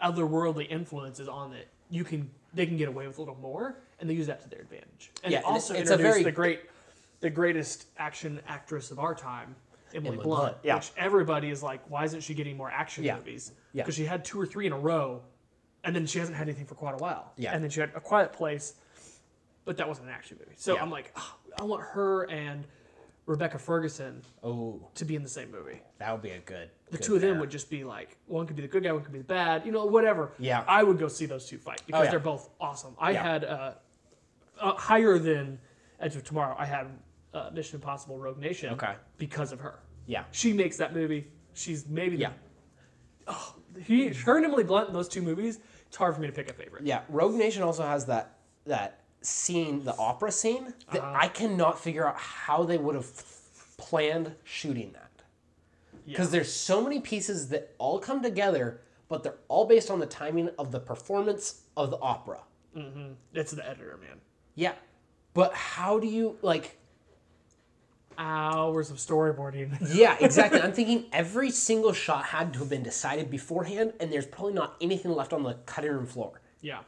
[SPEAKER 1] otherworldly influences on it, you can they can get away with a little more and they use that to their advantage. And
[SPEAKER 2] Yeah,
[SPEAKER 1] it
[SPEAKER 2] and
[SPEAKER 1] also
[SPEAKER 2] it's- it's a
[SPEAKER 1] introduced
[SPEAKER 2] very-
[SPEAKER 1] the great the greatest action actress of our time, Emily,
[SPEAKER 2] Emily
[SPEAKER 1] Blunt,
[SPEAKER 2] Blunt, yeah.
[SPEAKER 1] which everybody is like, why isn't she getting more action
[SPEAKER 2] Yeah.
[SPEAKER 1] movies?
[SPEAKER 2] Yeah.
[SPEAKER 1] Because she had two or three in a row and then she hasn't had anything for quite a while.
[SPEAKER 2] Yeah.
[SPEAKER 1] And then she had a quiet place, but that wasn't an action movie. So
[SPEAKER 2] Yeah.
[SPEAKER 1] I'm like, "Ah, I want her and Rebecca Ferguson
[SPEAKER 2] Oh,
[SPEAKER 1] to be in the same movie
[SPEAKER 2] that would be a good.
[SPEAKER 1] the two of them would just be like one could be the good guy, one could be the bad, you know, whatever.
[SPEAKER 2] Yeah. Oh,
[SPEAKER 1] I would go see those two fight because
[SPEAKER 2] yeah.
[SPEAKER 1] they're both awesome. I
[SPEAKER 2] Yeah.
[SPEAKER 1] had uh, uh, higher than Edge of Tomorrow. I had uh, Mission Impossible: Rogue Nation.
[SPEAKER 2] Okay.
[SPEAKER 1] Because of her,
[SPEAKER 2] Yeah,
[SPEAKER 1] she makes that movie. She's maybe the,
[SPEAKER 2] Yeah.
[SPEAKER 1] Oh, he, her and Emily Blunt in those two movies. It's hard for me to pick a favorite.
[SPEAKER 2] yeah. Rogue Nation also has that that scene, the opera scene, that I cannot figure out how they would have planned shooting that. Because there's so many pieces that all come together, but they're all based on the timing of the performance of the opera.
[SPEAKER 1] It's the editor, man.
[SPEAKER 2] Yeah, but how do you like?
[SPEAKER 1] Hours of storyboarding.
[SPEAKER 2] Yeah, exactly. I'm thinking every single shot had to have been decided beforehand, and there's probably not anything left on the cutting room floor.
[SPEAKER 1] yeah.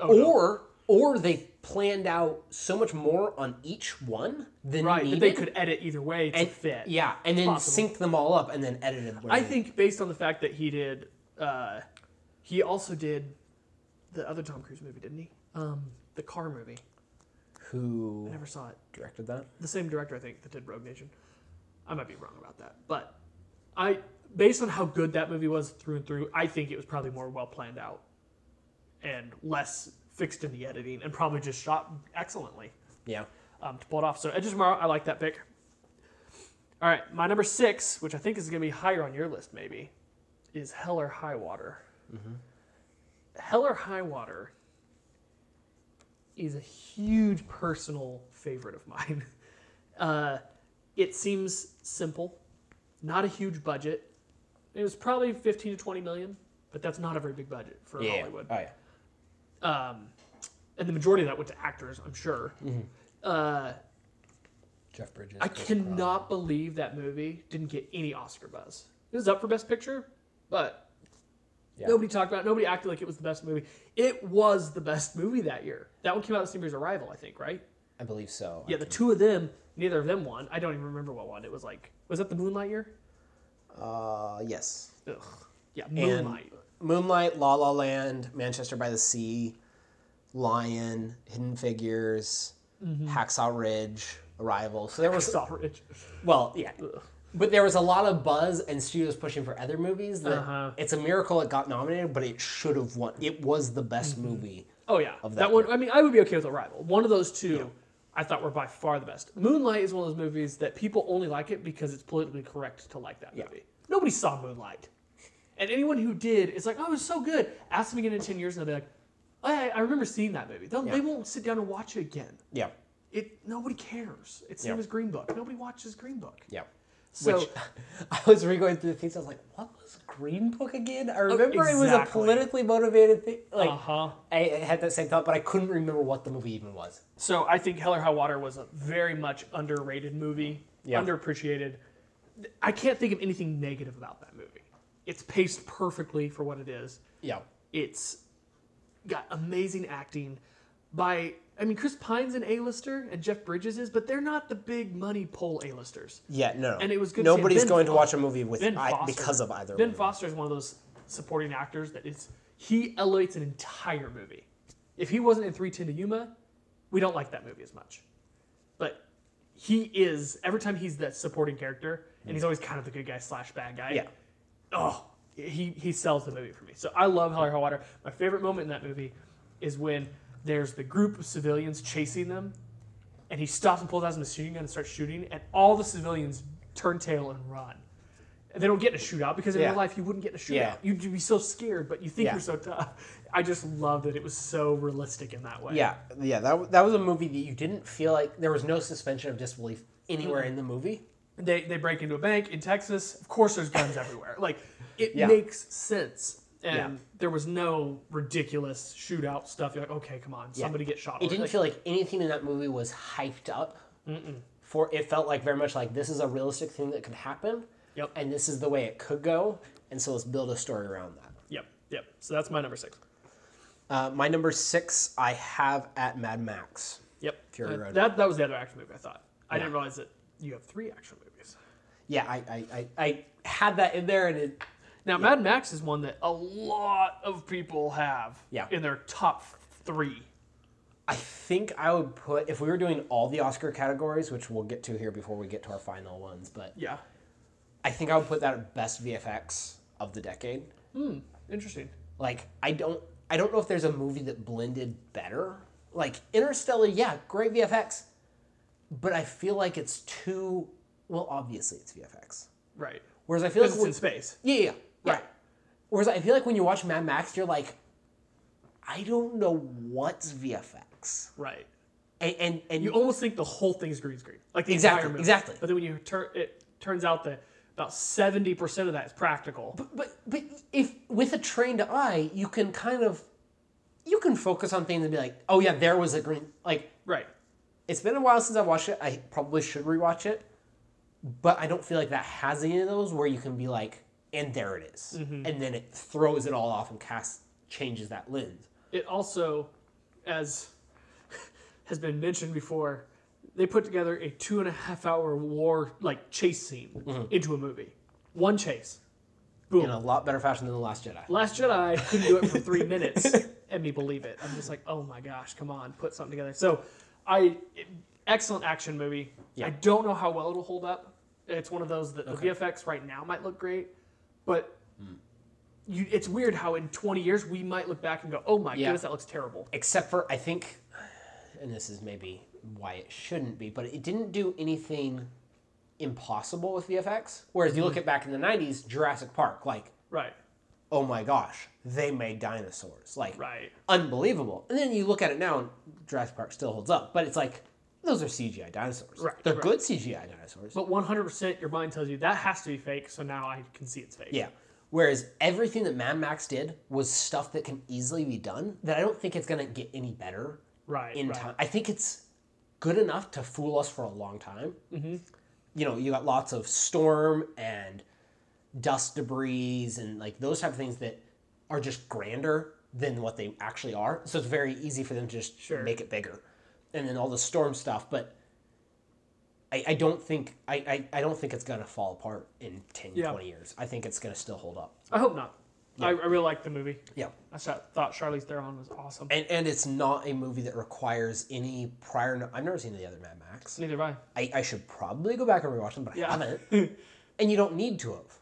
[SPEAKER 1] Oh, no.
[SPEAKER 2] Or or they planned out so much more on each one than
[SPEAKER 1] right, that
[SPEAKER 2] needed.
[SPEAKER 1] they could edit either way to fit.
[SPEAKER 2] Yeah, and then
[SPEAKER 1] possible.
[SPEAKER 2] sync them all up and then edited. where
[SPEAKER 1] I
[SPEAKER 2] they-
[SPEAKER 1] think based on the fact that he did, uh, he also did the other Tom Cruise movie, didn't he? Um, the car movie. I
[SPEAKER 2] who
[SPEAKER 1] never saw it.
[SPEAKER 2] directed that.
[SPEAKER 1] The same director, I think, that did Rogue Nation. I might be wrong about that, but I, based on how good that movie was through and through, I think it was probably more well planned out and less fixed in the editing, and probably just shot excellently
[SPEAKER 2] Yeah,
[SPEAKER 1] um, to pull it off. So Edge of Tomorrow, I like that pick. All right, my number six, which I think is going to be higher on your list, maybe, is Hell or High Water. Hell or High Water is a huge personal favorite of mine. Uh, it seems simple, not a huge budget. It was probably 15 to 20 million, but that's not a very big budget for
[SPEAKER 2] yeah.
[SPEAKER 1] Hollywood
[SPEAKER 2] Oh yeah.
[SPEAKER 1] and the majority of that went to actors, I'm sure. Uh,
[SPEAKER 2] Jeff Bridges.
[SPEAKER 1] I
[SPEAKER 2] Chris Pratt.
[SPEAKER 1] cannot believe that movie didn't get any Oscar buzz. It was up for Best Picture, but
[SPEAKER 2] Yeah.
[SPEAKER 1] nobody talked about it. Nobody acted like it was the best movie. It was the best movie that year. That one came out the same year as Arrival, I think, right?
[SPEAKER 2] I believe so.
[SPEAKER 1] Yeah, the two of them, neither of them won. I don't even remember what one. It was like, was that the Moonlight year?
[SPEAKER 2] Uh, yes.
[SPEAKER 1] Ugh. Yeah, Moonlight.
[SPEAKER 2] Moonlight, La La Land, Manchester by the Sea, Lion, Hidden Figures,
[SPEAKER 1] Mm-hmm.
[SPEAKER 2] Hacksaw Ridge, Arrival. So there was
[SPEAKER 1] Saw Ridge.
[SPEAKER 2] well, yeah. But there was a lot of buzz and studios pushing for other movies. That
[SPEAKER 1] Uh-huh.
[SPEAKER 2] it's a miracle it got nominated, but it should have won. It was the best movie.
[SPEAKER 1] Oh yeah, that,
[SPEAKER 2] that
[SPEAKER 1] one. I mean, I would be okay with Arrival. One of those two, I thought were by far the best. Moonlight is one of those movies that people only like it because it's politically correct to like that movie. Nobody saw Moonlight, and anyone who did is like, "Oh, it was so good." Ask them again in ten years, and they'll be like, oh, yeah, "I remember seeing that movie." They'll, They won't sit down and watch it again.
[SPEAKER 2] Yeah,
[SPEAKER 1] It nobody cares. It's the
[SPEAKER 2] Yeah.
[SPEAKER 1] same as Green Book. Nobody watches Green Book.
[SPEAKER 2] yeah.
[SPEAKER 1] So
[SPEAKER 2] Which I was re going through the things. I was like, "What was Green Book again?" I remember it was a
[SPEAKER 1] Oh, exactly.
[SPEAKER 2] politically motivated thing. Like,
[SPEAKER 1] Uh-huh.
[SPEAKER 2] I I had that same thought, but I couldn't remember what the movie even was.
[SPEAKER 1] So I think Hell or High Water was a very much underrated movie,
[SPEAKER 2] Yeah.
[SPEAKER 1] underappreciated. I can't think of anything negative about that movie. It's paced perfectly for what it is.
[SPEAKER 2] Yeah.
[SPEAKER 1] It's got amazing acting by I mean Chris Pine's an A-lister and Jeff Bridges is, but they're not the big money pole A-listers.
[SPEAKER 2] Yeah, no.
[SPEAKER 1] And it was good to see
[SPEAKER 2] Nobody's
[SPEAKER 1] Ben
[SPEAKER 2] going to
[SPEAKER 1] Fo-
[SPEAKER 2] watch a movie with
[SPEAKER 1] Ben
[SPEAKER 2] I,
[SPEAKER 1] Foster.
[SPEAKER 2] because of either.
[SPEAKER 1] Ben
[SPEAKER 2] one.
[SPEAKER 1] Foster is one of those supporting actors that it's he elevates an entire movie. If he wasn't in 310 to Yuma, we don't like that movie as much. But he is every time he's that supporting character, and he's always kind of the good guy slash bad guy.
[SPEAKER 2] Yeah.
[SPEAKER 1] Oh, he he sells the movie for me. So I love Hell or High Water. My favorite moment in that movie is when there's the group of civilians chasing them, and he stops and pulls out his machine gun and starts shooting, and all the civilians turn tail and run. And They don't get in a shootout because in
[SPEAKER 2] Yeah.
[SPEAKER 1] real life you wouldn't get in a shootout.
[SPEAKER 2] Yeah.
[SPEAKER 1] You'd be so scared, but you think
[SPEAKER 2] Yeah.
[SPEAKER 1] you're so tough. I just love that it was so realistic in that way.
[SPEAKER 2] Yeah, yeah, that, w- that was a movie that you didn't feel like there was no suspension of disbelief anywhere
[SPEAKER 1] Mm-hmm.
[SPEAKER 2] in the movie.
[SPEAKER 1] they they break into a bank in Texas. Of course, there's guns everywhere. Like it
[SPEAKER 2] Yeah.
[SPEAKER 1] makes sense. And
[SPEAKER 2] Yeah.
[SPEAKER 1] there was no ridiculous shootout stuff. You're like, okay, come on, somebody get shot.
[SPEAKER 2] It didn't
[SPEAKER 1] Like,
[SPEAKER 2] feel like anything in that movie was hyped up. For it felt like very much like this is a realistic thing that could happen,
[SPEAKER 1] Yep.
[SPEAKER 2] and this is the way it could go, and so let's build a story around that.
[SPEAKER 1] Yep, yep. So that's my number six.
[SPEAKER 2] Uh, my number six, I have at Mad Max.
[SPEAKER 1] Yep.
[SPEAKER 2] Fury
[SPEAKER 1] Uh,
[SPEAKER 2] Road.
[SPEAKER 1] That that was the other action movie I thought. I didn't realize that you have three action movies.
[SPEAKER 2] Yeah, I I, I, I had that in there, and it
[SPEAKER 1] Now, Mad Max is one that a lot of people have
[SPEAKER 2] Yeah.
[SPEAKER 1] in their top three.
[SPEAKER 2] I think I would put if we were doing all the Oscar categories, which we'll get to here before we get to our final ones, but
[SPEAKER 1] Yeah.
[SPEAKER 2] I think I would put that at best VFX of the decade.
[SPEAKER 1] Interesting.
[SPEAKER 2] Like I don't I don't know if there's a movie that blended better. Like Interstellar, yeah, great VFX, but I feel like it's too well. Obviously, it's VFX.
[SPEAKER 1] Right.
[SPEAKER 2] Whereas I feel like
[SPEAKER 1] Because it's
[SPEAKER 2] when-
[SPEAKER 1] in space.
[SPEAKER 2] yeah, yeah, yeah. right. Whereas I feel like when you watch Mad Max, you're like, I don't know what's VFX,
[SPEAKER 1] Right.
[SPEAKER 2] and and, and
[SPEAKER 1] you almost think the whole thing's green screen, like the
[SPEAKER 2] Exactly,
[SPEAKER 1] entire movie.
[SPEAKER 2] exactly.
[SPEAKER 1] But then when you turn, it turns out that about seventy percent of that is practical.
[SPEAKER 2] But but if with a trained eye, you can kind of you can focus on things and be like, oh yeah, there was a green. Like
[SPEAKER 1] right.
[SPEAKER 2] it's been a while since I've watched it. I probably should rewatch it, but I don't feel like that has any of those where you can be like, and there it is. and then it throws it all off and casts changes that lens.
[SPEAKER 1] It also, as has been mentioned before, they put together a two and a half hour war like chase scene
[SPEAKER 2] Mm-hmm.
[SPEAKER 1] into a movie. One chase. Boom.
[SPEAKER 2] In a lot better fashion than the Last Jedi.
[SPEAKER 1] Last Jedi couldn't do it for three minutes and me believe it. I'm just like, oh my gosh, come on, put something together. So, I excellent action movie. I don't know how well it'll hold up. It's one of those that the VFX right now might look great, but
[SPEAKER 2] Hmm.
[SPEAKER 1] you, it's weird how in 20 years we might look back and go, oh my
[SPEAKER 2] Yeah.
[SPEAKER 1] goodness, that looks terrible.
[SPEAKER 2] except for I think, and this is maybe why it shouldn't be, but it didn't do anything impossible with VFX. Whereas you look at back in the '90s, Jurassic Park, like,
[SPEAKER 1] Right,
[SPEAKER 2] oh my gosh, they made dinosaurs, like,
[SPEAKER 1] right,
[SPEAKER 2] unbelievable. And then you look at it now, and Jurassic Park still holds up, but it's like those are CGI dinosaurs.
[SPEAKER 1] Right,
[SPEAKER 2] They're
[SPEAKER 1] right.
[SPEAKER 2] good CGI dinosaurs.
[SPEAKER 1] but 100% your mind tells you that has to be fake. So now I can see it's fake.
[SPEAKER 2] yeah. Whereas everything that Mad Max did was stuff that can easily be done. That I don't think it's gonna get any better.
[SPEAKER 1] right,
[SPEAKER 2] in
[SPEAKER 1] right.
[SPEAKER 2] time. I think it's good enough to fool us for a long time.
[SPEAKER 1] Mm-hmm.
[SPEAKER 2] You know, you got lots of storm and dust debris and like those type of things that are just grander than what they actually are. So it's very easy for them to just
[SPEAKER 1] Sure.
[SPEAKER 2] make it bigger. And then all the storm stuff, but I, I don't think I, I, I don't think it's gonna fall apart in 10,
[SPEAKER 1] Yeah.
[SPEAKER 2] 20 years. I think it's gonna still hold up.
[SPEAKER 1] I hope not. I, I really liked the movie.
[SPEAKER 2] Yeah.
[SPEAKER 1] I thought thought Charlize Theron was awesome.
[SPEAKER 2] And and it's not a movie that requires any prior no- I've never seen the other Mad Max.
[SPEAKER 1] Neither have I.
[SPEAKER 2] I, I should probably go back and rewatch them, but I
[SPEAKER 1] Yeah. Mm-hmm.
[SPEAKER 2] haven't. and you don't need to have.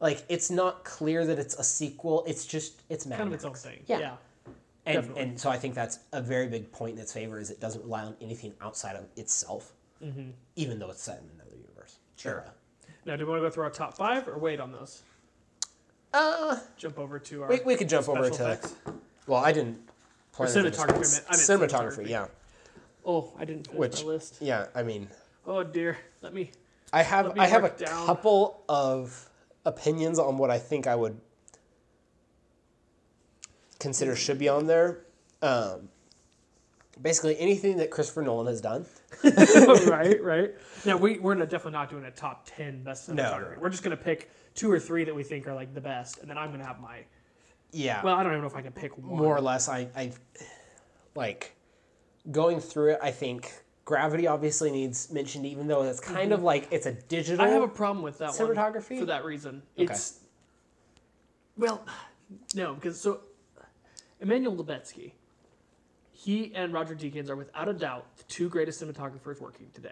[SPEAKER 2] Like it's not clear that it's a sequel. It's just it's Mad
[SPEAKER 1] Kind of
[SPEAKER 2] Max.
[SPEAKER 1] its own thing.
[SPEAKER 2] Yeah.
[SPEAKER 1] yeah.
[SPEAKER 2] and,
[SPEAKER 1] definitely.
[SPEAKER 2] and so I think that's a very big point in its favor is it doesn't rely on anything outside of itself,
[SPEAKER 1] Mm-hmm.
[SPEAKER 2] even though it's set in another universe. Sure.
[SPEAKER 1] Now, do we want to go through our top five or wait on those?
[SPEAKER 2] Uh,
[SPEAKER 1] Jump over to our
[SPEAKER 2] we, we could jump over
[SPEAKER 1] special
[SPEAKER 2] to.
[SPEAKER 1] effects.
[SPEAKER 2] Well, I didn't. Plan
[SPEAKER 1] Or
[SPEAKER 2] to do this, but
[SPEAKER 1] cinematography, I meant
[SPEAKER 2] cinematography.
[SPEAKER 1] cinematography.
[SPEAKER 2] Yeah.
[SPEAKER 1] Oh, I didn't finish
[SPEAKER 2] Which-
[SPEAKER 1] my list.
[SPEAKER 2] Yeah. I mean,
[SPEAKER 1] Oh dear, let me.
[SPEAKER 2] I have
[SPEAKER 1] me
[SPEAKER 2] I have a
[SPEAKER 1] work down.
[SPEAKER 2] couple of opinions on what I think I would consider should be on there. Um, basically, anything that Christopher Nolan has done.
[SPEAKER 1] right, right. Now we we're not, definitely not doing a top ten best cinematography. We're just gonna pick two or three that we think are like the best, and then I'm gonna have my.
[SPEAKER 2] Yeah,
[SPEAKER 1] Well, I don't even know if I can pick one.
[SPEAKER 2] more or less. I I like going through it. I think Gravity obviously needs mentioned, even though it's kind of like it's a digital.
[SPEAKER 1] Mm-hmm. I have a problem with that
[SPEAKER 2] Cinematography?
[SPEAKER 1] one for that reason. It's well, no, because so Emmanuel Lubetsky, he and Roger Deakins are without a doubt the two greatest cinematographers working today.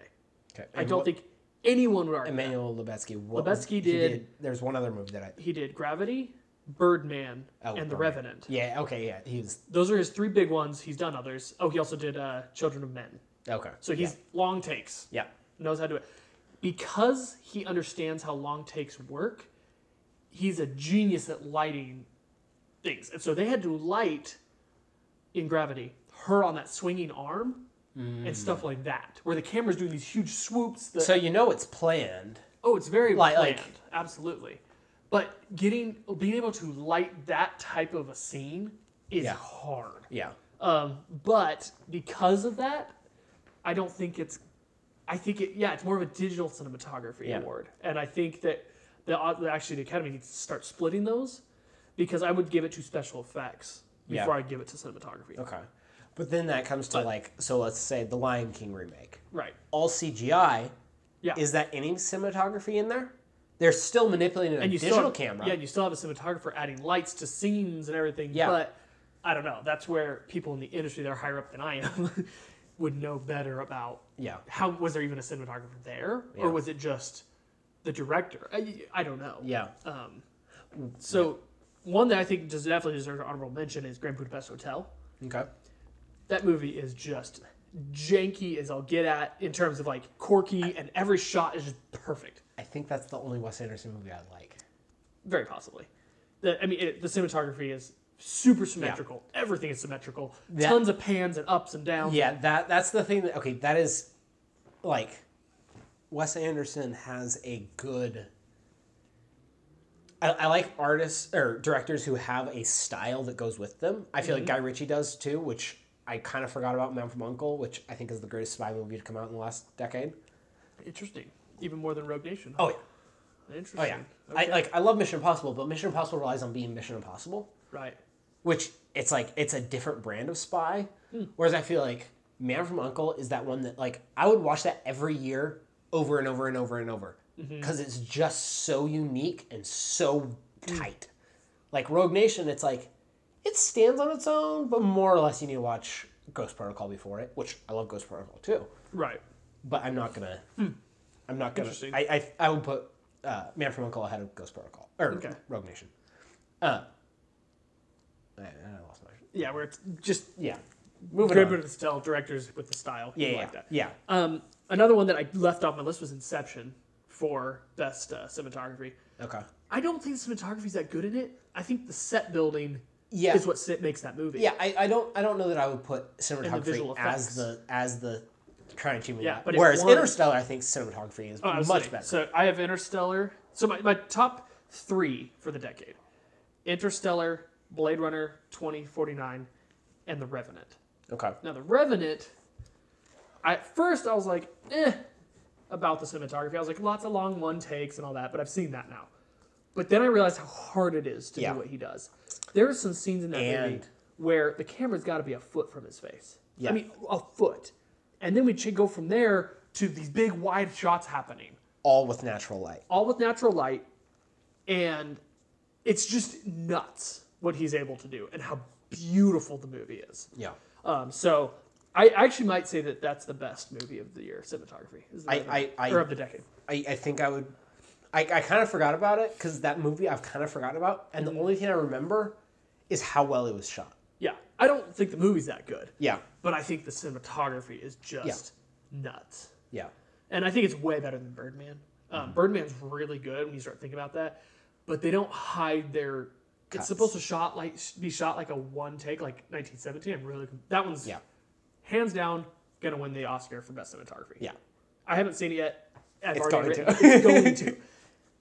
[SPEAKER 2] Okay,
[SPEAKER 1] I
[SPEAKER 2] and
[SPEAKER 1] don't
[SPEAKER 2] what-
[SPEAKER 1] think Anyone would argue.
[SPEAKER 2] Emmanuel Lubezki. What
[SPEAKER 1] Lubezki
[SPEAKER 2] he
[SPEAKER 1] did-
[SPEAKER 2] There's one other movie that I.
[SPEAKER 1] He did Gravity, Birdman,
[SPEAKER 2] Oh,
[SPEAKER 1] and The
[SPEAKER 2] Birdman.
[SPEAKER 1] Revenant.
[SPEAKER 2] Yeah. Okay. Yeah. He was
[SPEAKER 1] Those are his three big ones. He's done others. Oh, he also did uh, Children of Men.
[SPEAKER 2] okay.
[SPEAKER 1] So he's long takes.
[SPEAKER 2] yeah.
[SPEAKER 1] knows how to do it. Because he understands how long takes work, he's a genius at lighting things. And so they had to light in gravity her on that swinging arm and stuff like that, where the camera's doing these huge swoops. That,
[SPEAKER 2] Mm. So you know it's planned.
[SPEAKER 1] oh, it's very
[SPEAKER 2] Like-
[SPEAKER 1] planned.
[SPEAKER 2] like-
[SPEAKER 1] Absolutely. But getting being able to light that type of a scene is
[SPEAKER 2] Yeah.
[SPEAKER 1] hard.
[SPEAKER 2] Yeah.
[SPEAKER 1] Um, but because of that, I don't think it's. I think it. Yeah, it's more of a digital cinematography
[SPEAKER 2] Yeah.
[SPEAKER 1] award, and I think that the uh, actually the Academy needs to start splitting those because I would give it to special effects
[SPEAKER 2] Yeah.
[SPEAKER 1] before I give it to cinematography.
[SPEAKER 2] Okay. But then that comes to like so let's say the Lion King remake.
[SPEAKER 1] Right.
[SPEAKER 2] All CGI.
[SPEAKER 1] Yeah.
[SPEAKER 2] Is that any cinematography in there? They're still manipulating a
[SPEAKER 1] and you
[SPEAKER 2] digital
[SPEAKER 1] still have,
[SPEAKER 2] camera.
[SPEAKER 1] Yeah, and you still have a cinematographer adding lights to scenes and everything.
[SPEAKER 2] Yeah.
[SPEAKER 1] But I don't know. That's where people in the industry that are higher up than I am would know better about
[SPEAKER 2] Yeah.
[SPEAKER 1] how was there even a cinematographer there,
[SPEAKER 2] Yeah.
[SPEAKER 1] or was it just the director? I, I don't know.
[SPEAKER 2] Yeah.
[SPEAKER 1] Um, so one that I think does definitely deserve an honorable mention is Grand Budapest Hotel.
[SPEAKER 2] Okay.
[SPEAKER 1] That movie is just janky as I'll get at in terms of like quirky, and every shot is just perfect.
[SPEAKER 2] I think that's the only Wes Anderson movie I like.
[SPEAKER 1] Very possibly. The, I mean, it, the cinematography is super symmetrical. Everything is symmetrical.
[SPEAKER 2] That-
[SPEAKER 1] Tons of pans and ups and downs.
[SPEAKER 2] Yeah, that that's the thing that okay, that is like Wes Anderson has a good I, I like artists or directors who have a style that goes with them. I feel like Guy Ritchie does too, which I kind of forgot about Man from Uncle, which I think is the greatest spy movie to come out in the last decade.
[SPEAKER 1] Interesting. Even more than Rogue Nation.
[SPEAKER 2] Oh yeah.
[SPEAKER 1] Interesting.
[SPEAKER 2] Oh yeah. I like I love Mission Impossible, but Mission Impossible relies on being Mission Impossible.
[SPEAKER 1] right.
[SPEAKER 2] which it's like it's a different brand of spy. Whereas I feel like Man from Uncle is that one that like I would watch that every year over and over and over and over because it's just so unique and so tight. Like Rogue Nation, it's like it stands on its own, but more or less you need to watch Ghost Protocol before it, which I love Ghost Protocol too.
[SPEAKER 1] Right.
[SPEAKER 2] But I'm not gonna. I'm not gonna.
[SPEAKER 1] Hmm. Interesting.
[SPEAKER 2] I, I I would put uh, Man from Uncle ahead of Ghost Protocol or
[SPEAKER 1] Okay.
[SPEAKER 2] Rogue Nation. Uh, I, I lost my.
[SPEAKER 1] Yeah, where it's just
[SPEAKER 2] Yeah. Moving
[SPEAKER 1] Good
[SPEAKER 2] on.
[SPEAKER 1] bit of style directors with the style.
[SPEAKER 2] yeah,
[SPEAKER 1] You
[SPEAKER 2] yeah,
[SPEAKER 1] like that.
[SPEAKER 2] yeah.
[SPEAKER 1] Um, another one that I left off my list was Inception for best uh, cinematography.
[SPEAKER 2] Okay.
[SPEAKER 1] I don't think the cinematography's that good in it. I think the set building
[SPEAKER 2] Yeah.
[SPEAKER 1] is what sit- makes that movie.
[SPEAKER 2] Yeah, I, I don't I don't know that I would put cinematography
[SPEAKER 1] visual
[SPEAKER 2] as
[SPEAKER 1] effects.
[SPEAKER 2] the as the trying achievement.
[SPEAKER 1] Yeah,
[SPEAKER 2] of that.
[SPEAKER 1] but it
[SPEAKER 2] whereas
[SPEAKER 1] won.
[SPEAKER 2] Interstellar, I think cinematography is
[SPEAKER 1] Oh, I was
[SPEAKER 2] much
[SPEAKER 1] saying,
[SPEAKER 2] better.
[SPEAKER 1] So I have Interstellar. So my, my top three for the decade: Interstellar, Blade Runner twenty forty nine, and The Revenant.
[SPEAKER 2] Okay.
[SPEAKER 1] Now the Revenant, I, at first I was like, eh, about the cinematography. I was like, lots of long one takes and all that, but I've seen that now. But then I realized how hard it is to
[SPEAKER 2] Yeah.
[SPEAKER 1] do what he does. There are some scenes in that movie
[SPEAKER 2] And-
[SPEAKER 1] where the camera's got to be a foot from his face.
[SPEAKER 2] Yeah.
[SPEAKER 1] I mean, a foot, and then we ch- go from there to these big wide shots happening,
[SPEAKER 2] All with natural light.
[SPEAKER 1] all with natural light, and it's just nuts what he's able to do and how beautiful the movie is.
[SPEAKER 2] Yeah.
[SPEAKER 1] Um, so I actually might say that that's the best movie of the year, cinematography. Is the
[SPEAKER 2] I-
[SPEAKER 1] Revenant,
[SPEAKER 2] I- I-
[SPEAKER 1] or of the decade.
[SPEAKER 2] I, I think I would I, I kind of forgot about it because that movie I've kind of forgotten about, and
[SPEAKER 1] Mm-hmm.
[SPEAKER 2] the only thing I remember is how well it was shot.
[SPEAKER 1] Yeah, I don't think the movie's that good,
[SPEAKER 2] Yeah,
[SPEAKER 1] but I think the cinematography is just nuts,
[SPEAKER 2] yeah,
[SPEAKER 1] and I think it's way better than Birdman.
[SPEAKER 2] Mm-hmm.
[SPEAKER 1] Um, Birdman's really good when you start thinking about that, but they don't hide their.
[SPEAKER 2] Cuts.
[SPEAKER 1] It's supposed to shot like be shot like a one take, like 1917. I'm really that one's
[SPEAKER 2] yeah,
[SPEAKER 1] hands down gonna win the Oscar for best cinematography.
[SPEAKER 2] yeah,
[SPEAKER 1] I haven't seen it yet. I've
[SPEAKER 2] It's
[SPEAKER 1] already
[SPEAKER 2] going
[SPEAKER 1] written,
[SPEAKER 2] to.
[SPEAKER 1] it's going to.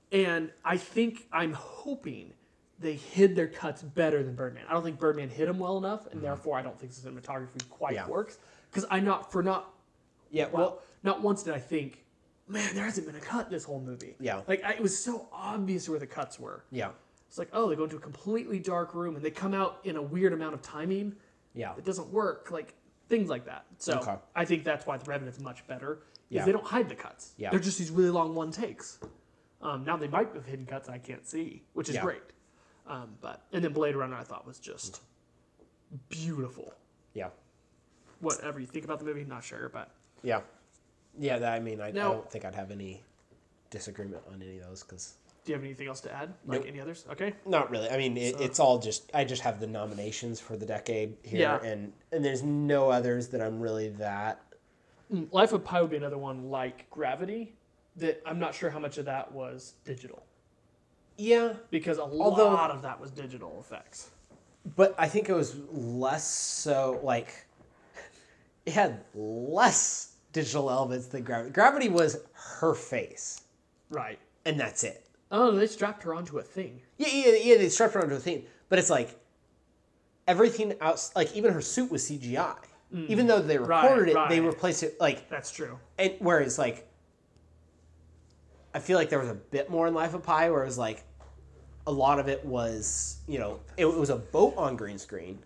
[SPEAKER 1] And I think I'm hoping they hid their cuts better than Birdman. I don't think Birdman hid them well enough, and therefore I don't think the cinematography quite
[SPEAKER 2] Mm-hmm. Yeah.
[SPEAKER 1] works. Because I not for not
[SPEAKER 2] yeah.
[SPEAKER 1] well,
[SPEAKER 2] Well,
[SPEAKER 1] not once did I think, man, there hasn't been a cut this whole movie.
[SPEAKER 2] Yeah.
[SPEAKER 1] like I, it was so obvious where the cuts were.
[SPEAKER 2] yeah,
[SPEAKER 1] It's like oh, they go into a completely dark room and they come out in a weird amount of timing
[SPEAKER 2] yeah,
[SPEAKER 1] it doesn't work, like things like that. So
[SPEAKER 2] Okay.
[SPEAKER 1] I think that's why the Revenant's much better. Is
[SPEAKER 2] Yeah.
[SPEAKER 1] they don't hide the cuts.
[SPEAKER 2] Yeah.
[SPEAKER 1] They're just these really long one takes. Um, now they might have hidden cuts I can't see, which is
[SPEAKER 2] Yeah.
[SPEAKER 1] great. Um, but and then Blade Runner I thought was just beautiful.
[SPEAKER 2] yeah,
[SPEAKER 1] Whatever you think about the movie, not sure, but
[SPEAKER 2] yeah, yeah. That I mean, I, I
[SPEAKER 1] Now-
[SPEAKER 2] don't think I'd have any disagreement on any of those because
[SPEAKER 1] Do you have anything else to add? Like
[SPEAKER 2] Nope.
[SPEAKER 1] any others? Okay.
[SPEAKER 2] not really. I mean, it, it's all just I just have the nominations for the decade here,
[SPEAKER 1] Yeah.
[SPEAKER 2] and and there's no others that I'm really that.
[SPEAKER 1] Mm, Life of Pi would be another one like Gravity that I'm not sure how much of that was digital
[SPEAKER 2] Yeah,
[SPEAKER 1] because a
[SPEAKER 2] Although-
[SPEAKER 1] lot of that was digital effects.
[SPEAKER 2] but I think it was less so like it had less digital elements than gravity. Gravity was her face,
[SPEAKER 1] Right.
[SPEAKER 2] and that's it.
[SPEAKER 1] Oh, they strapped her onto a thing.
[SPEAKER 2] Yeah, yeah, yeah. They strapped her onto a thing, but it's like everything else, like even her suit was CGI. Even though they
[SPEAKER 1] Mm. Right,
[SPEAKER 2] recorded it, they
[SPEAKER 1] right.
[SPEAKER 2] replaced it like.
[SPEAKER 1] That's true.
[SPEAKER 2] And whereas like, I feel like there was a bit more in Life of Pi, where it was like, a lot of it was you know it, was a boat on green screen,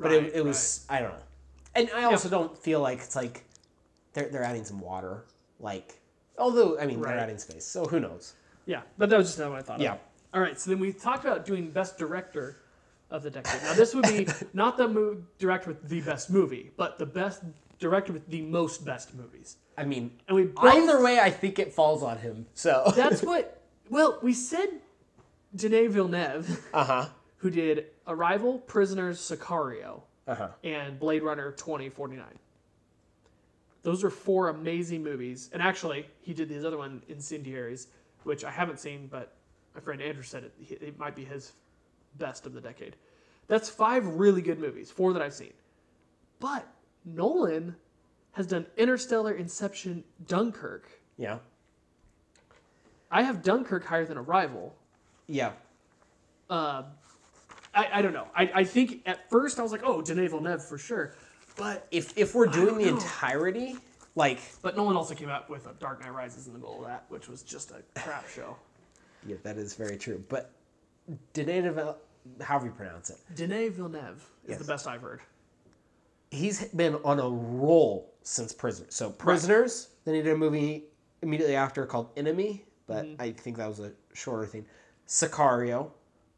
[SPEAKER 2] but
[SPEAKER 1] Right,
[SPEAKER 2] it, it was I don't know, and I also don't feel like it's like they're they're adding some water, like although I mean
[SPEAKER 1] Right.
[SPEAKER 2] they're adding space, so who knows?
[SPEAKER 1] Yeah, but that was just not what I thought.
[SPEAKER 2] Yeah.
[SPEAKER 1] Of. All right, so then we talked about doing best director of the decade. Now this would be not the mo- director with the best movie, but the best director with the most best movies.
[SPEAKER 2] I mean,
[SPEAKER 1] And we both,
[SPEAKER 2] either way, I think it falls on him. So
[SPEAKER 1] that's what. Well, we said Denis Villeneuve,
[SPEAKER 2] uh huh,
[SPEAKER 1] who did Arrival, Prisoners, Sicario,
[SPEAKER 2] uh huh.
[SPEAKER 1] and Blade Runner 2049. Those are four amazing movies. And actually, he did this other one, Incendiaries, which I haven't seen, but my friend Andrew said it, he- it might be his best of the decade. That's five really good movies, four that I've seen. But Nolan has done Interstellar, Inception, Dunkirk.
[SPEAKER 2] Yeah,
[SPEAKER 1] I have Dunkirk higher than Arrival.
[SPEAKER 2] yeah,
[SPEAKER 1] I, I don't know. I, I think at first I was like, oh, Denis Villeneuve for sure. But
[SPEAKER 2] if if we're doing
[SPEAKER 1] don't
[SPEAKER 2] the
[SPEAKER 1] know.
[SPEAKER 2] entirety, like
[SPEAKER 1] But Nolan also came out with a Dark Knight Rises in the middle of that, which was just a crap show.
[SPEAKER 2] yeah, that is very true. But Dene Devel, however you pronounce it,
[SPEAKER 1] Denis Villeneuve is
[SPEAKER 2] Yes.
[SPEAKER 1] the best I've heard.
[SPEAKER 2] he's been on a roll since Prisoners. So Prisoners, then he did a movie immediately after called Enemy, but
[SPEAKER 1] Mm-hmm.
[SPEAKER 2] I think that was a shorter thing. Sicario,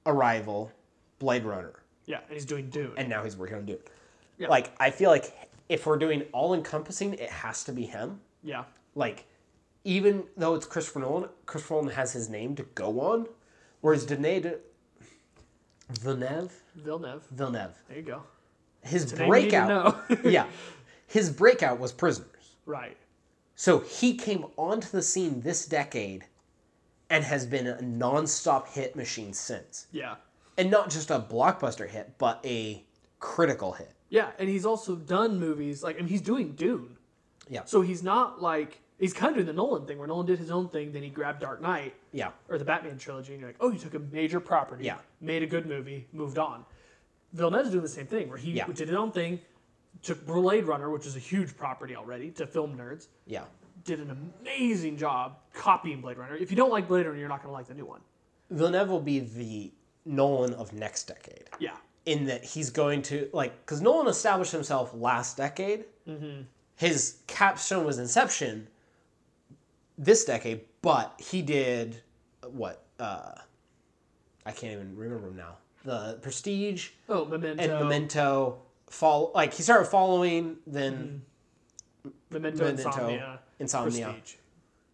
[SPEAKER 2] Arrival, Blade Runner.
[SPEAKER 1] Yeah, and he's doing Dune.
[SPEAKER 2] and now he's working on Dune.
[SPEAKER 1] Yeah.
[SPEAKER 2] Like I feel like if we're doing all encompassing, it has to be him.
[SPEAKER 1] yeah,
[SPEAKER 2] Like even though it's Christopher Nolan, Christopher Nolan has his name to go on, whereas Dene De- Villeneuve,
[SPEAKER 1] Villeneuve.
[SPEAKER 2] Villeneuve,
[SPEAKER 1] There you go.
[SPEAKER 2] his
[SPEAKER 1] Name you need to
[SPEAKER 2] breakout,
[SPEAKER 1] know.
[SPEAKER 2] yeah, his breakout was Prisoners.
[SPEAKER 1] right.
[SPEAKER 2] So he came onto the scene this decade, and has been a nonstop hit machine since,
[SPEAKER 1] Yeah.
[SPEAKER 2] and not just a blockbuster hit, but a critical hit.
[SPEAKER 1] Yeah, and he's also done movies like, and he's doing Dune.
[SPEAKER 2] Yeah.
[SPEAKER 1] So he's not like he's kind of doing the Nolan thing, where Nolan did his own thing, then he grabbed Dark Knight
[SPEAKER 2] Yeah.
[SPEAKER 1] or the Batman trilogy, and you're like, oh, you took a major property,
[SPEAKER 2] Yeah.
[SPEAKER 1] made a good movie, moved on. Villeneuve's doing the same thing, where he
[SPEAKER 2] Yeah.
[SPEAKER 1] did his own thing, took Blade Runner, which is a huge property already to film nerds,
[SPEAKER 2] Yeah.
[SPEAKER 1] did an amazing job copying Blade Runner. If you don't like Blade Runner, you're not going to like the new one.
[SPEAKER 2] Villeneuve will be the Nolan of next decade
[SPEAKER 1] Yeah.
[SPEAKER 2] in that he's going to like because Nolan established himself last decade.
[SPEAKER 1] Mm-hmm.
[SPEAKER 2] His capstone was Inception. This decade, but he did what? Uh, I can't even remember him now. The Prestige
[SPEAKER 1] Oh, Memento.
[SPEAKER 2] and Memento. Fall like he started following, then
[SPEAKER 1] Memento,
[SPEAKER 2] Memento,
[SPEAKER 1] Mm-hmm. Insomnia.
[SPEAKER 2] Insomnia.
[SPEAKER 1] Prestige.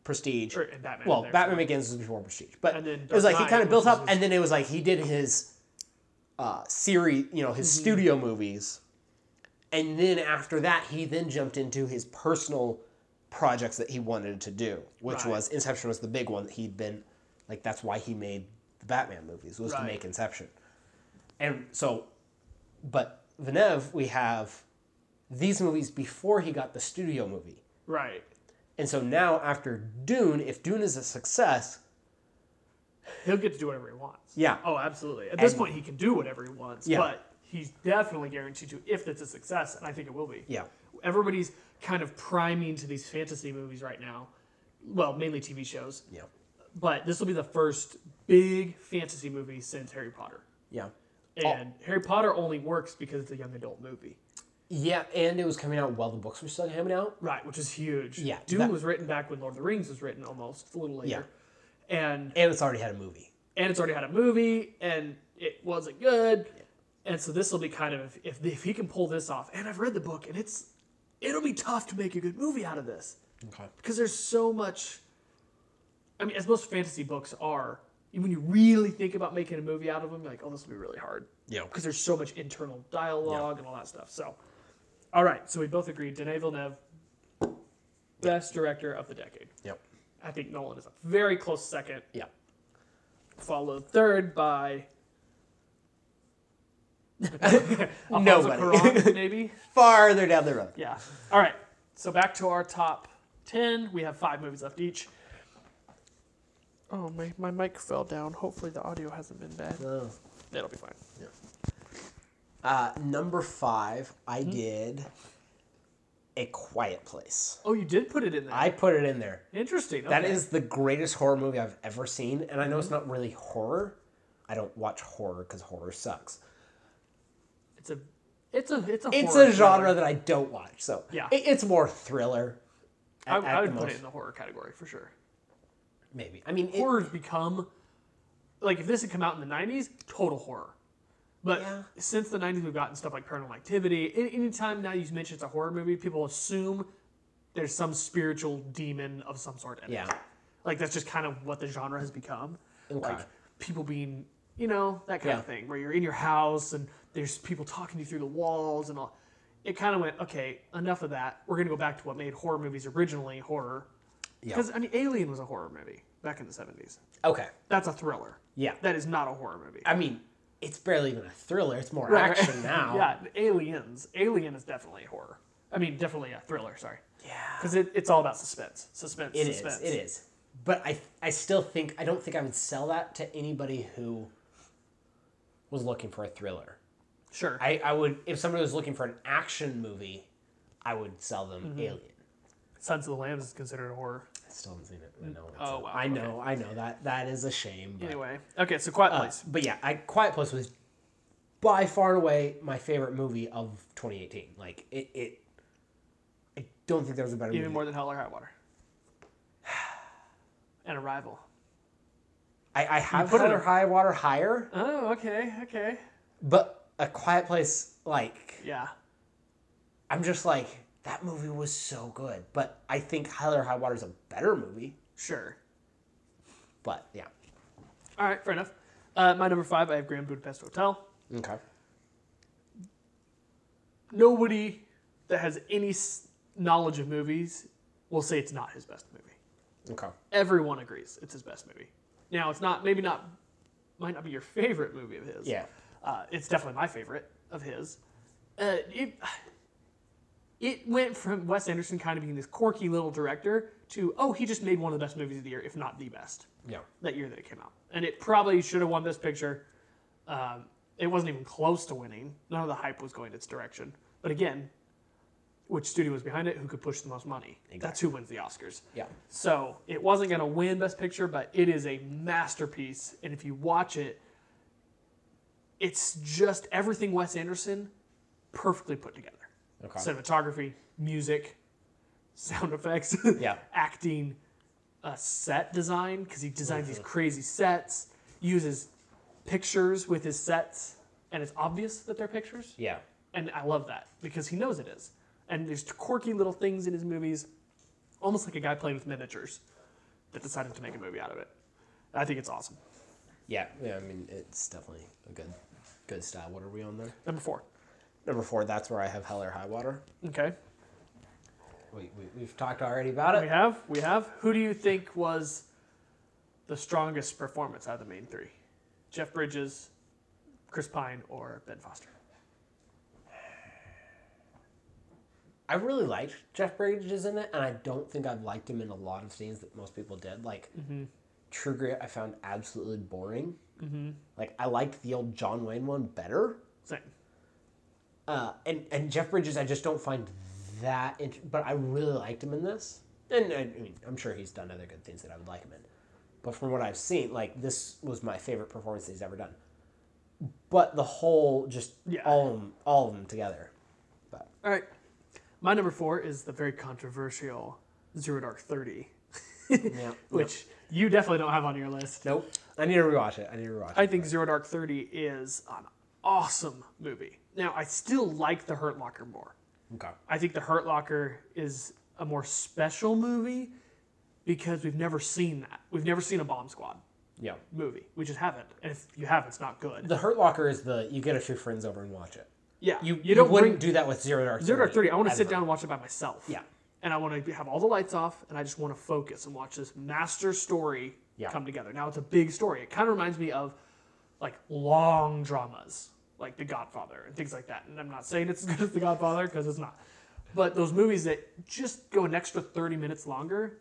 [SPEAKER 2] Prestige.
[SPEAKER 1] Or, and Batman.
[SPEAKER 2] well,
[SPEAKER 1] in there.
[SPEAKER 2] Batman Begins was before Prestige, but
[SPEAKER 1] And then
[SPEAKER 2] it was like
[SPEAKER 1] Dark
[SPEAKER 2] he
[SPEAKER 1] Knight,
[SPEAKER 2] kind of built
[SPEAKER 1] which
[SPEAKER 2] up,
[SPEAKER 1] was his-
[SPEAKER 2] and then it was like he did his uh, series, you know, his studio movies, and then after that, he then jumped into his personal projects that he wanted to do, which
[SPEAKER 1] Right.
[SPEAKER 2] was Inception was the big one that he'd been like that's why he made the Batman movies was to
[SPEAKER 1] Right.
[SPEAKER 2] make Inception, and so, but Villeneuve, we have these movies before he got the studio movie.
[SPEAKER 1] Right.
[SPEAKER 2] And so now, after Dune, if Dune is a success,
[SPEAKER 1] He'll get to do whatever he wants.
[SPEAKER 2] Yeah.
[SPEAKER 1] Oh, absolutely. At this
[SPEAKER 2] And-
[SPEAKER 1] point, he can do whatever he wants,
[SPEAKER 2] Yeah.
[SPEAKER 1] but he's definitely guaranteed to if it's a success, and I think it will be.
[SPEAKER 2] yeah,
[SPEAKER 1] Everybody's kind of priming to these fantasy movies right now. Well, mainly TV shows,
[SPEAKER 2] yeah,
[SPEAKER 1] but this will be the first big fantasy movie since Harry Potter.
[SPEAKER 2] yeah, Oh.
[SPEAKER 1] And Harry Potter only works because it's a young adult movie.
[SPEAKER 2] yeah. And it was coming out while the books were still coming out.
[SPEAKER 1] Right, which is huge.
[SPEAKER 2] Yeah,
[SPEAKER 1] Dune
[SPEAKER 2] that-
[SPEAKER 1] was written back when Lord of the Rings was written almost a little later. And
[SPEAKER 2] And it's already had a movie.
[SPEAKER 1] and it's already had a movie and it wasn't good. And so this will be kind of if if he can pull this off. And I've read the book and it's it'll be tough to make a good movie out of this
[SPEAKER 2] Okay.
[SPEAKER 1] because there's so much I mean, as most fantasy books are, when you really think about making a movie out of them, you're like, oh, this will be really hard.
[SPEAKER 2] Yeah.
[SPEAKER 1] Because there's so much internal dialogue and all that stuff. So, all right. So we both agree Denis Villeneuve, best director of the decade.
[SPEAKER 2] Yep.
[SPEAKER 1] I think Nolan is a very close second,
[SPEAKER 2] Yeah.
[SPEAKER 1] followed third by. Alfonso
[SPEAKER 2] Nobody.
[SPEAKER 1] Cuarón, maybe?
[SPEAKER 2] Farther down the road.
[SPEAKER 1] Yeah. All right. So back to our top 10. We have five movies left each. Oh, my, my mic fell down. Hopefully, the audio hasn't been bad.
[SPEAKER 2] Oh.
[SPEAKER 1] That'll be fine.
[SPEAKER 2] Uh, number five, I
[SPEAKER 1] Hmm?
[SPEAKER 2] did A Quiet Place.
[SPEAKER 1] Oh, you did put it in there.
[SPEAKER 2] I put it in there.
[SPEAKER 1] Interesting.
[SPEAKER 2] That
[SPEAKER 1] okay. Hmm?
[SPEAKER 2] is the greatest horror movie I've ever seen, and I know it's not really horror. I don't watch horror because horror sucks.
[SPEAKER 1] It's a. It's a. It's a.
[SPEAKER 2] It's
[SPEAKER 1] horror
[SPEAKER 2] a genre
[SPEAKER 1] thriller.
[SPEAKER 2] that I don't watch, so
[SPEAKER 1] Yeah.
[SPEAKER 2] it- it's more thriller.
[SPEAKER 1] I,
[SPEAKER 2] at- at
[SPEAKER 1] I would
[SPEAKER 2] the
[SPEAKER 1] put
[SPEAKER 2] most,
[SPEAKER 1] it in the horror category for sure.
[SPEAKER 2] maybe. I mean, it-
[SPEAKER 1] Horror's become, like, if this had come out in the '90s, total horror. But
[SPEAKER 2] Yeah.
[SPEAKER 1] since the '90s, we've gotten stuff like Paranormal Activity. Any, anytime now you mention it's a horror movie, people assume there's some spiritual demon of some sort in it.
[SPEAKER 2] yeah,
[SPEAKER 1] Like that's just kind of what the genre has become.
[SPEAKER 2] Okay.
[SPEAKER 1] Like people being, you know, that kind
[SPEAKER 2] Yeah.
[SPEAKER 1] of thing, where you're in your house and there's people talking to you through the walls and all. It kind of went okay, enough of that. We're gonna go back to what made horror movies originally horror.
[SPEAKER 2] Yeah.
[SPEAKER 1] Because I mean, Alien was a horror movie back in the '70s.
[SPEAKER 2] okay,
[SPEAKER 1] That's a thriller.
[SPEAKER 2] yeah.
[SPEAKER 1] That is not a horror movie.
[SPEAKER 2] I mean, it's barely even a thriller. It's more
[SPEAKER 1] Right, right.
[SPEAKER 2] action now.
[SPEAKER 1] yeah, Aliens. Alien is definitely a horror. I mean, definitely a thriller. Sorry,
[SPEAKER 2] yeah.
[SPEAKER 1] because it, it's all about suspense. Suspense.
[SPEAKER 2] It is.
[SPEAKER 1] suspense.
[SPEAKER 2] It is. But I I still think I don't think I would sell that to anybody who was looking for a thriller.
[SPEAKER 1] Sure.
[SPEAKER 2] I, I would if somebody was looking for an action movie, I would sell them
[SPEAKER 1] Mm-hmm.
[SPEAKER 2] Alien.
[SPEAKER 1] Sons of the Lambs is considered a horror.
[SPEAKER 2] I still haven't seen it. I know. it's
[SPEAKER 1] Oh,
[SPEAKER 2] a-
[SPEAKER 1] wow,
[SPEAKER 2] I know. I know that that is a shame. But,
[SPEAKER 1] Anyway, okay, so Quiet
[SPEAKER 2] uh,
[SPEAKER 1] Place.
[SPEAKER 2] but yeah, I, Quiet Place was by far and away my favorite movie of 2018. Like it. it I don't think there was a better
[SPEAKER 1] Even
[SPEAKER 2] movie.
[SPEAKER 1] more than Hell or High Water. And Arrival.
[SPEAKER 2] I, I have
[SPEAKER 1] put
[SPEAKER 2] put
[SPEAKER 1] it
[SPEAKER 2] Higher
[SPEAKER 1] a-
[SPEAKER 2] High Water higher,
[SPEAKER 1] Oh, okay, okay.
[SPEAKER 2] but A Quiet Place like
[SPEAKER 1] Yeah.
[SPEAKER 2] I'm just like, that movie was so good. But I think High or High Water is a better movie.
[SPEAKER 1] Sure.
[SPEAKER 2] But yeah.
[SPEAKER 1] All right, fair enough. Uh, my number five, I have Grand Budapest Hotel.
[SPEAKER 2] Okay.
[SPEAKER 1] Nobody that has any s- knowledge of movies will say it's not his best movie.
[SPEAKER 2] Okay.
[SPEAKER 1] Everyone agrees it's his best movie. Now, it's not, maybe not, might not be your favorite movie of his.
[SPEAKER 2] Yeah.
[SPEAKER 1] Uh, it's definitely my favorite of his. Uh, it, it went from Wes Anderson kind of being this quirky little director to, oh, he just made one of the best movies of the year, if not the best,
[SPEAKER 2] Yeah.
[SPEAKER 1] that year that it came out. And it probably should have won this picture. Um, it wasn't even close to winning. None of the hype was going its direction. But again, which studio was behind it? Who could push the most money? That's who wins the Oscars.
[SPEAKER 2] Yeah.
[SPEAKER 1] So it wasn't going to win Best Picture, but it is a masterpiece. And if you watch it, it's just everything Wes Anderson perfectly put together
[SPEAKER 2] Okay.
[SPEAKER 1] cinematography, music, sound effects,
[SPEAKER 2] Yeah.
[SPEAKER 1] acting, uh, set design, because he designs
[SPEAKER 2] Mm-hmm.
[SPEAKER 1] these crazy sets, uses pictures with his sets, and it's obvious that they're pictures.
[SPEAKER 2] yeah.
[SPEAKER 1] And I love that because he knows it is. And there's quirky little things in his movies, almost like a guy playing with miniatures that decided to make a movie out of it. And I think it's awesome.
[SPEAKER 2] Yeah. Yeah. I mean, it's definitely a good, good style. What are we on there?
[SPEAKER 1] Number four.
[SPEAKER 2] Number four. That's where I have Hell or High Water.
[SPEAKER 1] Okay.
[SPEAKER 2] We, we we've talked already about
[SPEAKER 1] We have, we have. Who do you think was the strongest performance out of the main three? Jeff Bridges, Chris Pine, or Ben Foster?
[SPEAKER 2] I really liked Jeff Bridges in it, and I don't think I've liked him in a lot of scenes that most people did. Like True Grit, I found absolutely boring. Like I liked the old John Wayne one better.
[SPEAKER 1] Same.
[SPEAKER 2] Uh, and and Jeff Bridges, I just don't find that. Int- but I really liked him in this, and I, I mean, I'm sure he's done other good things that I would like him in. But from what I've seen, like this was my favorite performance that he's ever done. But the whole, just
[SPEAKER 1] Yeah.
[SPEAKER 2] all of 'em- all of them together. But
[SPEAKER 1] All right. My number four is the very controversial Zero Dark 30,
[SPEAKER 2] yeah,
[SPEAKER 1] which you definitely don't have on your list.
[SPEAKER 2] nope. I need to rewatch it. I need to rewatch
[SPEAKER 1] I
[SPEAKER 2] it.
[SPEAKER 1] think Zero Dark Thirty is an awesome movie. Now, I still like The Hurt Locker more.
[SPEAKER 2] Okay.
[SPEAKER 1] I think The Hurt Locker is a more special movie because we've never seen that. We've never seen a Bomb Squad
[SPEAKER 2] Yeah.
[SPEAKER 1] movie. We just haven't. And if you have, it's not good.
[SPEAKER 2] The Hurt Locker is the you get a few friends over and watch it.
[SPEAKER 1] yeah,
[SPEAKER 2] You you,
[SPEAKER 1] you don't
[SPEAKER 2] wouldn't
[SPEAKER 1] bring
[SPEAKER 2] do that with Zero Dark
[SPEAKER 1] Zero Dark Thirty. I want to sit
[SPEAKER 2] ever.
[SPEAKER 1] down and watch it by myself.
[SPEAKER 2] Yeah.
[SPEAKER 1] and I want to have all the lights off, and I just want to focus and watch this master story
[SPEAKER 2] Yeah.
[SPEAKER 1] come together. Now it's a big story. It kind of reminds me of like long dramas, like The Godfather and things like that. And I'm not saying it's as good as The Godfather because it's not, but those movies that just go an extra thirty minutes longer,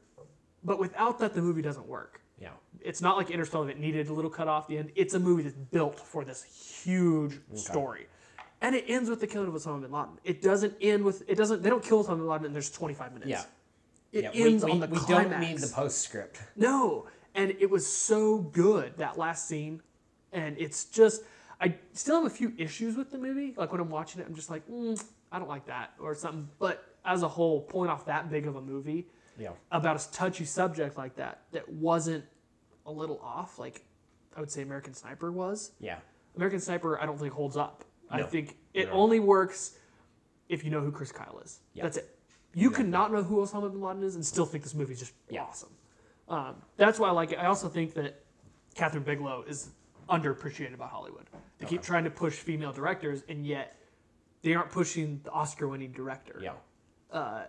[SPEAKER 1] but without that the movie doesn't work.
[SPEAKER 2] Yeah.
[SPEAKER 1] It's not like Interstellar that needed a little cut off the end. It's a movie that's built for this huge story. And it ends with the killing of Osama bin Laden. It doesn't end with it doesn't they don't kill Osama bin Laden and there's 25 minutes.
[SPEAKER 2] Yeah.
[SPEAKER 1] It
[SPEAKER 2] yeah.
[SPEAKER 1] ends on the
[SPEAKER 2] we
[SPEAKER 1] climax.
[SPEAKER 2] don't need the postscript.
[SPEAKER 1] No, and it was so good that last scene, and it's just I still have a few issues with the movie. Like when I'm watching it, I'm just like, mm, I don't like that or something. But as a whole, pulling off that big of a movie
[SPEAKER 2] Yeah.
[SPEAKER 1] about a touchy subject like that that wasn't a little off, like I would say American Sniper was.
[SPEAKER 2] Yeah.
[SPEAKER 1] American Sniper, I don't think holds up. I
[SPEAKER 2] No.
[SPEAKER 1] think it
[SPEAKER 2] No.
[SPEAKER 1] only works if you know who Chris Kyle is.
[SPEAKER 2] Yeah.
[SPEAKER 1] That's it. You can not know who Osama bin Laden is and still think this movie is just
[SPEAKER 2] Yeah.
[SPEAKER 1] awesome. Um, that's why I like it. I also think that Catherine Bigelow is underappreciated by Hollywood. They keep trying to push female directors, and yet they aren't pushing the Oscar-winning director
[SPEAKER 2] Yeah.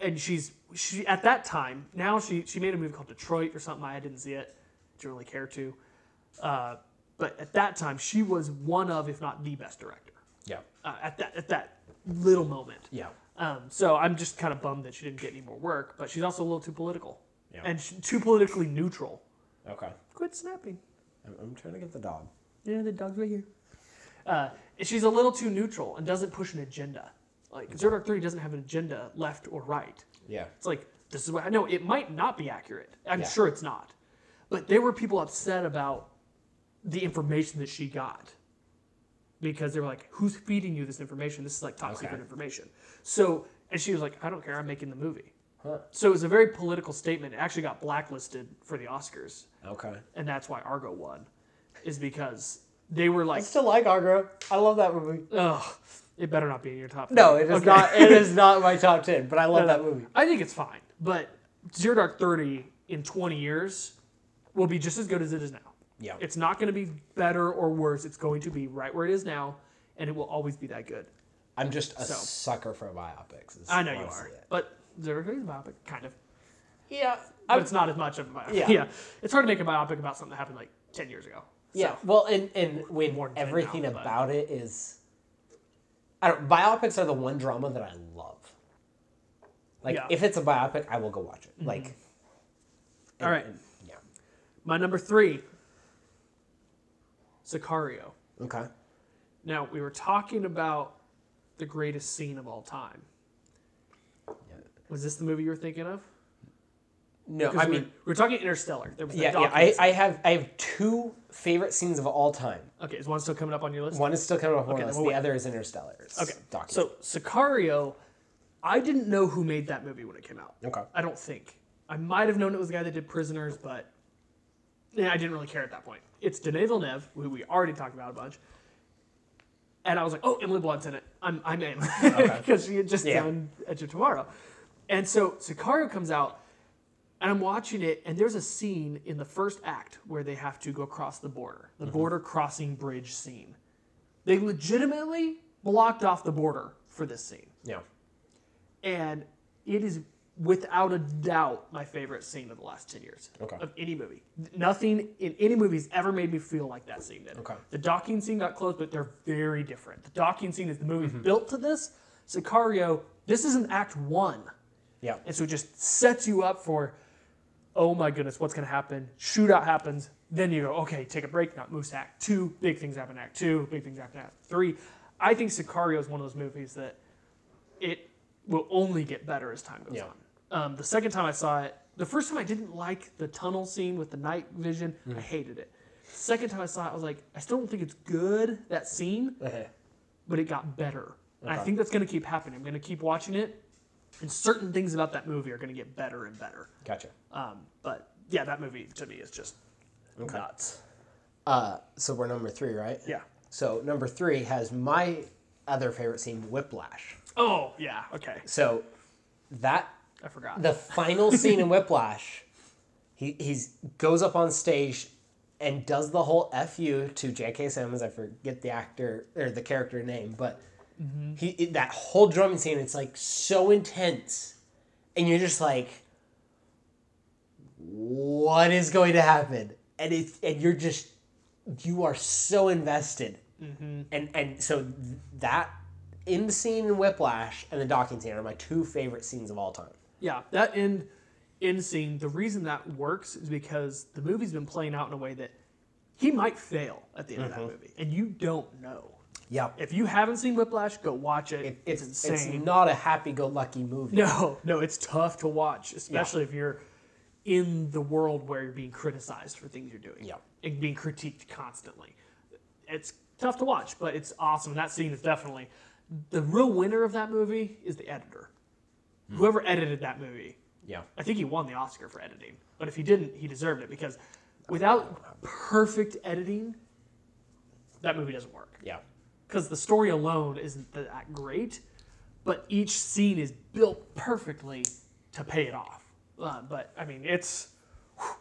[SPEAKER 1] and she's she at that time now she she made a movie called Detroit or something I didn't see it didn't really care to uh, but at that time she was one of if not the best director
[SPEAKER 2] Yeah.
[SPEAKER 1] uh, at that at that little moment
[SPEAKER 2] Yeah.
[SPEAKER 1] um, so I'm just kind of bummed that she didn't get any more work but she's also a little too political
[SPEAKER 2] Yeah.
[SPEAKER 1] and she, too politically neutral
[SPEAKER 2] Okay.
[SPEAKER 1] quit snapping
[SPEAKER 2] I'm, I'm trying to get the dog.
[SPEAKER 1] yeah the dog's right here uh, she's a little too neutral and doesn't push an agenda like Zero Dark Thirty doesn't have an agenda left or right
[SPEAKER 2] Yeah.
[SPEAKER 1] it's like this is what I know. It might not be accurate. I'm
[SPEAKER 2] Yeah.
[SPEAKER 1] sure it's not. But there were people upset about the information that she got because they were like, "Who's feeding you this information? This is like top
[SPEAKER 2] Okay.
[SPEAKER 1] secret information." So, and she was like, "I don't care. I'm making the movie."
[SPEAKER 2] Huh.
[SPEAKER 1] So it was a very political statement. It actually got blacklisted for the Oscars,
[SPEAKER 2] Okay.
[SPEAKER 1] and that's why Argo won, is because they were like,
[SPEAKER 2] still like Argo. I love that movie.
[SPEAKER 1] "Ugh, it better not be in your top."
[SPEAKER 2] No,
[SPEAKER 1] three."
[SPEAKER 2] it is
[SPEAKER 1] Okay.
[SPEAKER 2] not. It is not my top ten, but I love that movie.
[SPEAKER 1] I think it's fine, but Zero Dark Thirty in 20 years will be just as good as it is now.
[SPEAKER 2] Yeah.
[SPEAKER 1] It's not going to be better or worse. It's going to be right where it is now, and it will always be that good.
[SPEAKER 2] I'm just a
[SPEAKER 1] So.
[SPEAKER 2] sucker for biopics. is
[SPEAKER 1] I know you are,
[SPEAKER 2] honestly it.
[SPEAKER 1] but Zero Dark Thirty is a biopic, kind of.
[SPEAKER 2] Yeah.
[SPEAKER 1] But it's not as much of a biopic.
[SPEAKER 2] Yeah.
[SPEAKER 1] It's hard to make a biopic about something that happened like 10 years ago.
[SPEAKER 2] Yeah.
[SPEAKER 1] So,
[SPEAKER 2] Well, and and when
[SPEAKER 1] More than
[SPEAKER 2] everything
[SPEAKER 1] now, but-
[SPEAKER 2] about it is, I don't. Biopics are the one drama that I love. Like
[SPEAKER 1] Yeah. Mm-hmm.
[SPEAKER 2] if it's a biopic, I will go watch it. Like. and-
[SPEAKER 1] Alright.
[SPEAKER 2] and- yeah.
[SPEAKER 1] my number three, Sicario.
[SPEAKER 2] Okay.
[SPEAKER 1] Now, we were talking about the greatest scene of all time. Was this the movie you were thinking of?
[SPEAKER 2] No,
[SPEAKER 1] 'Cause
[SPEAKER 2] I
[SPEAKER 1] we-
[SPEAKER 2] mean,
[SPEAKER 1] we were talking Interstellar. There was
[SPEAKER 2] yeah,
[SPEAKER 1] the
[SPEAKER 2] yeah. I,
[SPEAKER 1] documents.
[SPEAKER 2] I have I have two favorite scenes of all time.
[SPEAKER 1] okay, is one still coming up on your list?
[SPEAKER 2] One is still kind of a
[SPEAKER 1] Okay,
[SPEAKER 2] okay,
[SPEAKER 1] we'll
[SPEAKER 2] The
[SPEAKER 1] wait.
[SPEAKER 2] other is Interstellar. It's
[SPEAKER 1] okay,
[SPEAKER 2] document.
[SPEAKER 1] so Sicario, I didn't know who made that movie when it came out.
[SPEAKER 2] Okay.
[SPEAKER 1] I don't think I might have known it was the guy that did Prisoners, but yeah, I didn't really care at that point. It's Denis Villeneuve, who we already talked about a bunch, and I was like, oh, Emily Blunt's in it. I'm I'm in because she had just
[SPEAKER 2] Yeah.
[SPEAKER 1] done Edge of Tomorrow, and so Sicario comes out. and I'm watching it, and there's a scene in the first act where they have to go across the border, the border crossing bridge scene. They legitimately blocked off the border for this scene,
[SPEAKER 2] yeah,
[SPEAKER 1] and it is without a doubt my favorite scene of the last 10 years
[SPEAKER 2] Okay.
[SPEAKER 1] of any movie. Nothing in any movie's ever made me feel like that scene did.
[SPEAKER 2] Okay.
[SPEAKER 1] The docking scene got close, but they're very different. The docking scene is the movie
[SPEAKER 2] Mm-hmm.
[SPEAKER 1] built to this. Sicario, this isn't act one.
[SPEAKER 2] yeah,
[SPEAKER 1] And so it just sets you up for, oh my goodness, what's going to happen? Shootout happens. Then you go, okay, take a break, not move to act two. Big things happen act two. Big things happen act three. I think Sicario is one of those movies that it will only get better as time goes
[SPEAKER 2] Yeah.
[SPEAKER 1] on. Um, the second time I saw it, the first time I didn't like the tunnel scene with the night vision. I hated it. Second time I saw it, I was like, I still don't think it's good, that scene
[SPEAKER 2] Uh-huh.
[SPEAKER 1] but it got better. And I
[SPEAKER 2] Okay.
[SPEAKER 1] think that's going to keep happening. I'm going to keep watching it, and certain things about that movie are going to get better and better.
[SPEAKER 2] gotcha.
[SPEAKER 1] Um, but yeah, that movie to me is just nuts.
[SPEAKER 2] Uh, so we're number three, right?
[SPEAKER 1] Yeah.
[SPEAKER 2] So number three has my other favorite scene, Whiplash.
[SPEAKER 1] Oh yeah. Okay.
[SPEAKER 2] So that
[SPEAKER 1] I forgot.
[SPEAKER 2] the final scene in Whiplash He he's goes up on stage and does the whole fu to J.K. Simmons. I forget the actor or the character name, but he it- that whole drumming scene. It's like so intense, and you're just like, what is going to happen? And it and you're just you are so invested, and and so th- that end scene in Whiplash and the docking scene are my two favorite scenes of all time.
[SPEAKER 1] Yeah, that end end scene. The reason that works is because the movie's been playing out in a way that he might fail at the end of that movie, and you don't know.
[SPEAKER 2] Yeah,
[SPEAKER 1] If you haven't seen Whiplash, go watch it. it's, insane.
[SPEAKER 2] It's not a happy-go-lucky movie.
[SPEAKER 1] no, no, it's tough to watch, especially if you're in the world where you're being criticized for things you're doing.
[SPEAKER 2] Yeah.
[SPEAKER 1] and being critiqued constantly. It's tough to watch, but it's awesome. That scene is definitely the real winner of that movie is the editor. Whoever edited that movie
[SPEAKER 2] Yeah.
[SPEAKER 1] I think he won the Oscar for editing, but if he didn't, he deserved it because without perfect editing, that movie doesn't work.
[SPEAKER 2] Yeah.
[SPEAKER 1] Because the story alone isn't that great, but each scene is built perfectly to pay it off. Uh, but I mean, it's whew,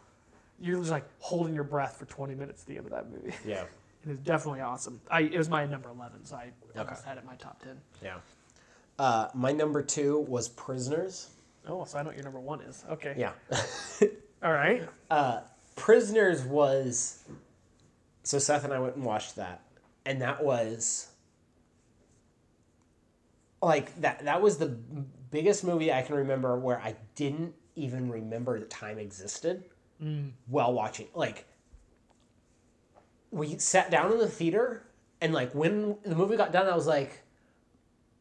[SPEAKER 1] you're just like holding your breath for 20 minutes at the end of that movie.
[SPEAKER 2] Yeah.
[SPEAKER 1] It is definitely awesome. I it was my number 11, so I almost
[SPEAKER 2] Okay.
[SPEAKER 1] had it in my top 10.
[SPEAKER 2] Yeah. Uh, my number two was Prisoners.
[SPEAKER 1] Oh, so I know what your number one is. Okay.
[SPEAKER 2] Yeah.
[SPEAKER 1] All right.
[SPEAKER 2] Prisoners was. So Seth and I went and watched that, and that was. Like that. That was the biggest movie I can remember where I didn't even remember that time existed while watching. Like, we sat down in the theater, and like when the movie got done, I was like,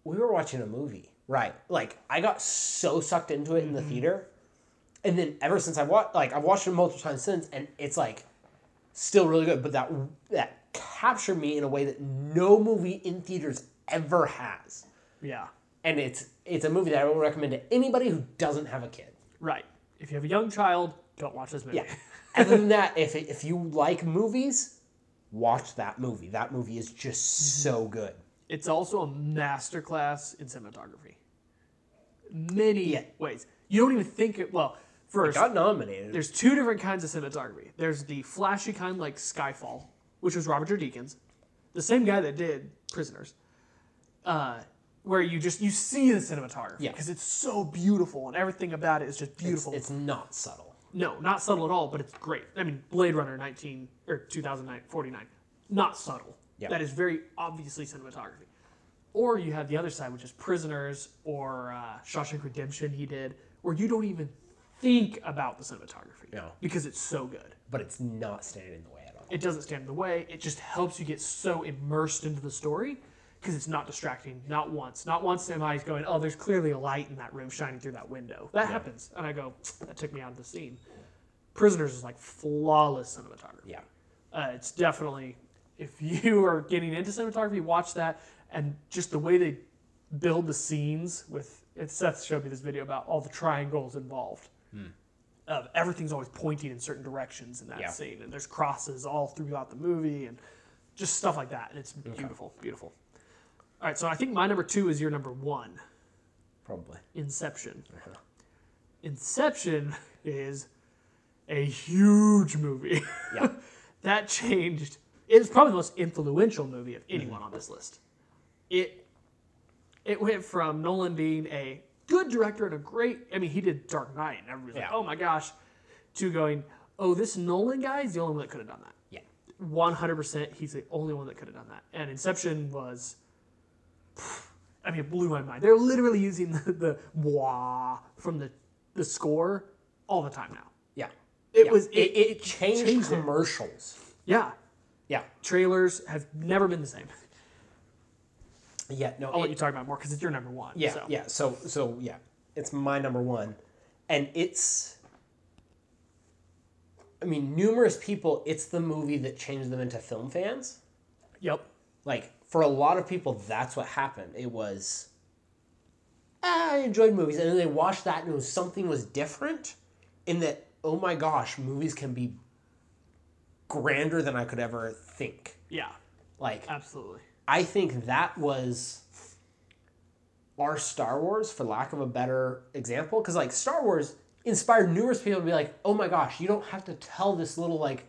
[SPEAKER 2] we were watching a movie, right? Like, I got so sucked into it in the theater and then ever since I've watched, like I've watched it multiple times since, and it's like still really good. But that that captured me in a way that no movie in theaters ever has,
[SPEAKER 1] Yeah.
[SPEAKER 2] and it's it's a movie that I would recommend to anybody who doesn't have a kid.
[SPEAKER 1] Right. If you have a young child, don't watch this movie.
[SPEAKER 2] Yeah. Other than that, if if you like movies, watch that movie. That movie is just so good.
[SPEAKER 1] It's also a masterclass in cinematography. Many
[SPEAKER 2] Yeah.
[SPEAKER 1] ways. You don't even think it. Well, first,
[SPEAKER 2] Got nominated.
[SPEAKER 1] there's two different kinds of cinematography. There's the flashy kind, like Skyfall, which was Robert Deakins, the same guy that did Prisoners, uh, where you just you see the cinematography
[SPEAKER 2] Yeah.
[SPEAKER 1] because it's so beautiful and everything about it is just beautiful.
[SPEAKER 2] It's not subtle.
[SPEAKER 1] No, not subtle at all, but it's great. I mean, Blade Runner 19 or 2009 49, not subtle.
[SPEAKER 2] Yeah.
[SPEAKER 1] That is very obviously cinematography. Or you have the other side, which is Prisoners or uh, Shawshank Redemption, he did, where you don't even think about the cinematography
[SPEAKER 2] No.
[SPEAKER 1] because it's so good.
[SPEAKER 2] But it's not standing in the way at all.
[SPEAKER 1] It doesn't stand in the way. It just helps you get so immersed into the story because it's not distracting. Not once. Not once am I going, oh, there's clearly a light in that room shining through that window. That happens. And I go, that took me out of the scene. Prisoners is like flawless cinematography.
[SPEAKER 2] Yeah.
[SPEAKER 1] Uh, it's definitely, if you are getting into cinematography, watch that. And just the way they build the scenes with, and Seth showed me this video about all the triangles involved. Of everything's always pointing in certain directions in that
[SPEAKER 2] Yeah.
[SPEAKER 1] scene. And there's crosses all throughout the movie and just stuff like that. And it's beautiful, beautiful. All right, so I think my number two is your number one.
[SPEAKER 2] Probably.
[SPEAKER 1] Inception. Inception is a huge movie.
[SPEAKER 2] Yeah.
[SPEAKER 1] that changed. It's probably the most influential movie of anyone on this list. It it went from Nolan being a good director and a great. I mean, he did Dark Knight, and everybody's like,
[SPEAKER 2] Yeah.
[SPEAKER 1] "Oh my gosh," to going, "Oh, this Nolan guy is the only one that could have done that."
[SPEAKER 2] Yeah.
[SPEAKER 1] one hundred percent. He's the only one that could have done that. And Inception was, I mean, it blew my mind. They're literally using the, the wah from the the score all the time now.
[SPEAKER 2] Yeah.
[SPEAKER 1] It
[SPEAKER 2] Yeah.
[SPEAKER 1] was
[SPEAKER 2] it, it changed,
[SPEAKER 1] changed it.
[SPEAKER 2] commercials.
[SPEAKER 1] yeah.
[SPEAKER 2] Yeah.
[SPEAKER 1] Trailers have never been the same.
[SPEAKER 2] Yeah, no.
[SPEAKER 1] I'll
[SPEAKER 2] it-
[SPEAKER 1] let Oh, you talk about it more because it's your number one.
[SPEAKER 2] yeah,
[SPEAKER 1] so.
[SPEAKER 2] yeah. So, so yeah, it's my number one, and it's. I mean, numerous people. It's the movie that changed them into film fans.
[SPEAKER 1] Yep.
[SPEAKER 2] Like for a lot of people, that's what happened. It was. "Ah, I enjoyed movies, and then they watched that, and it was something was different, in that oh my gosh, movies can be. Grander than I could ever think.
[SPEAKER 1] Yeah.
[SPEAKER 2] Like
[SPEAKER 1] Absolutely.
[SPEAKER 2] I think that was our Star Wars, for lack of a better example, because like Star Wars inspired numerous people to be like, oh my gosh, you don't have to tell this little like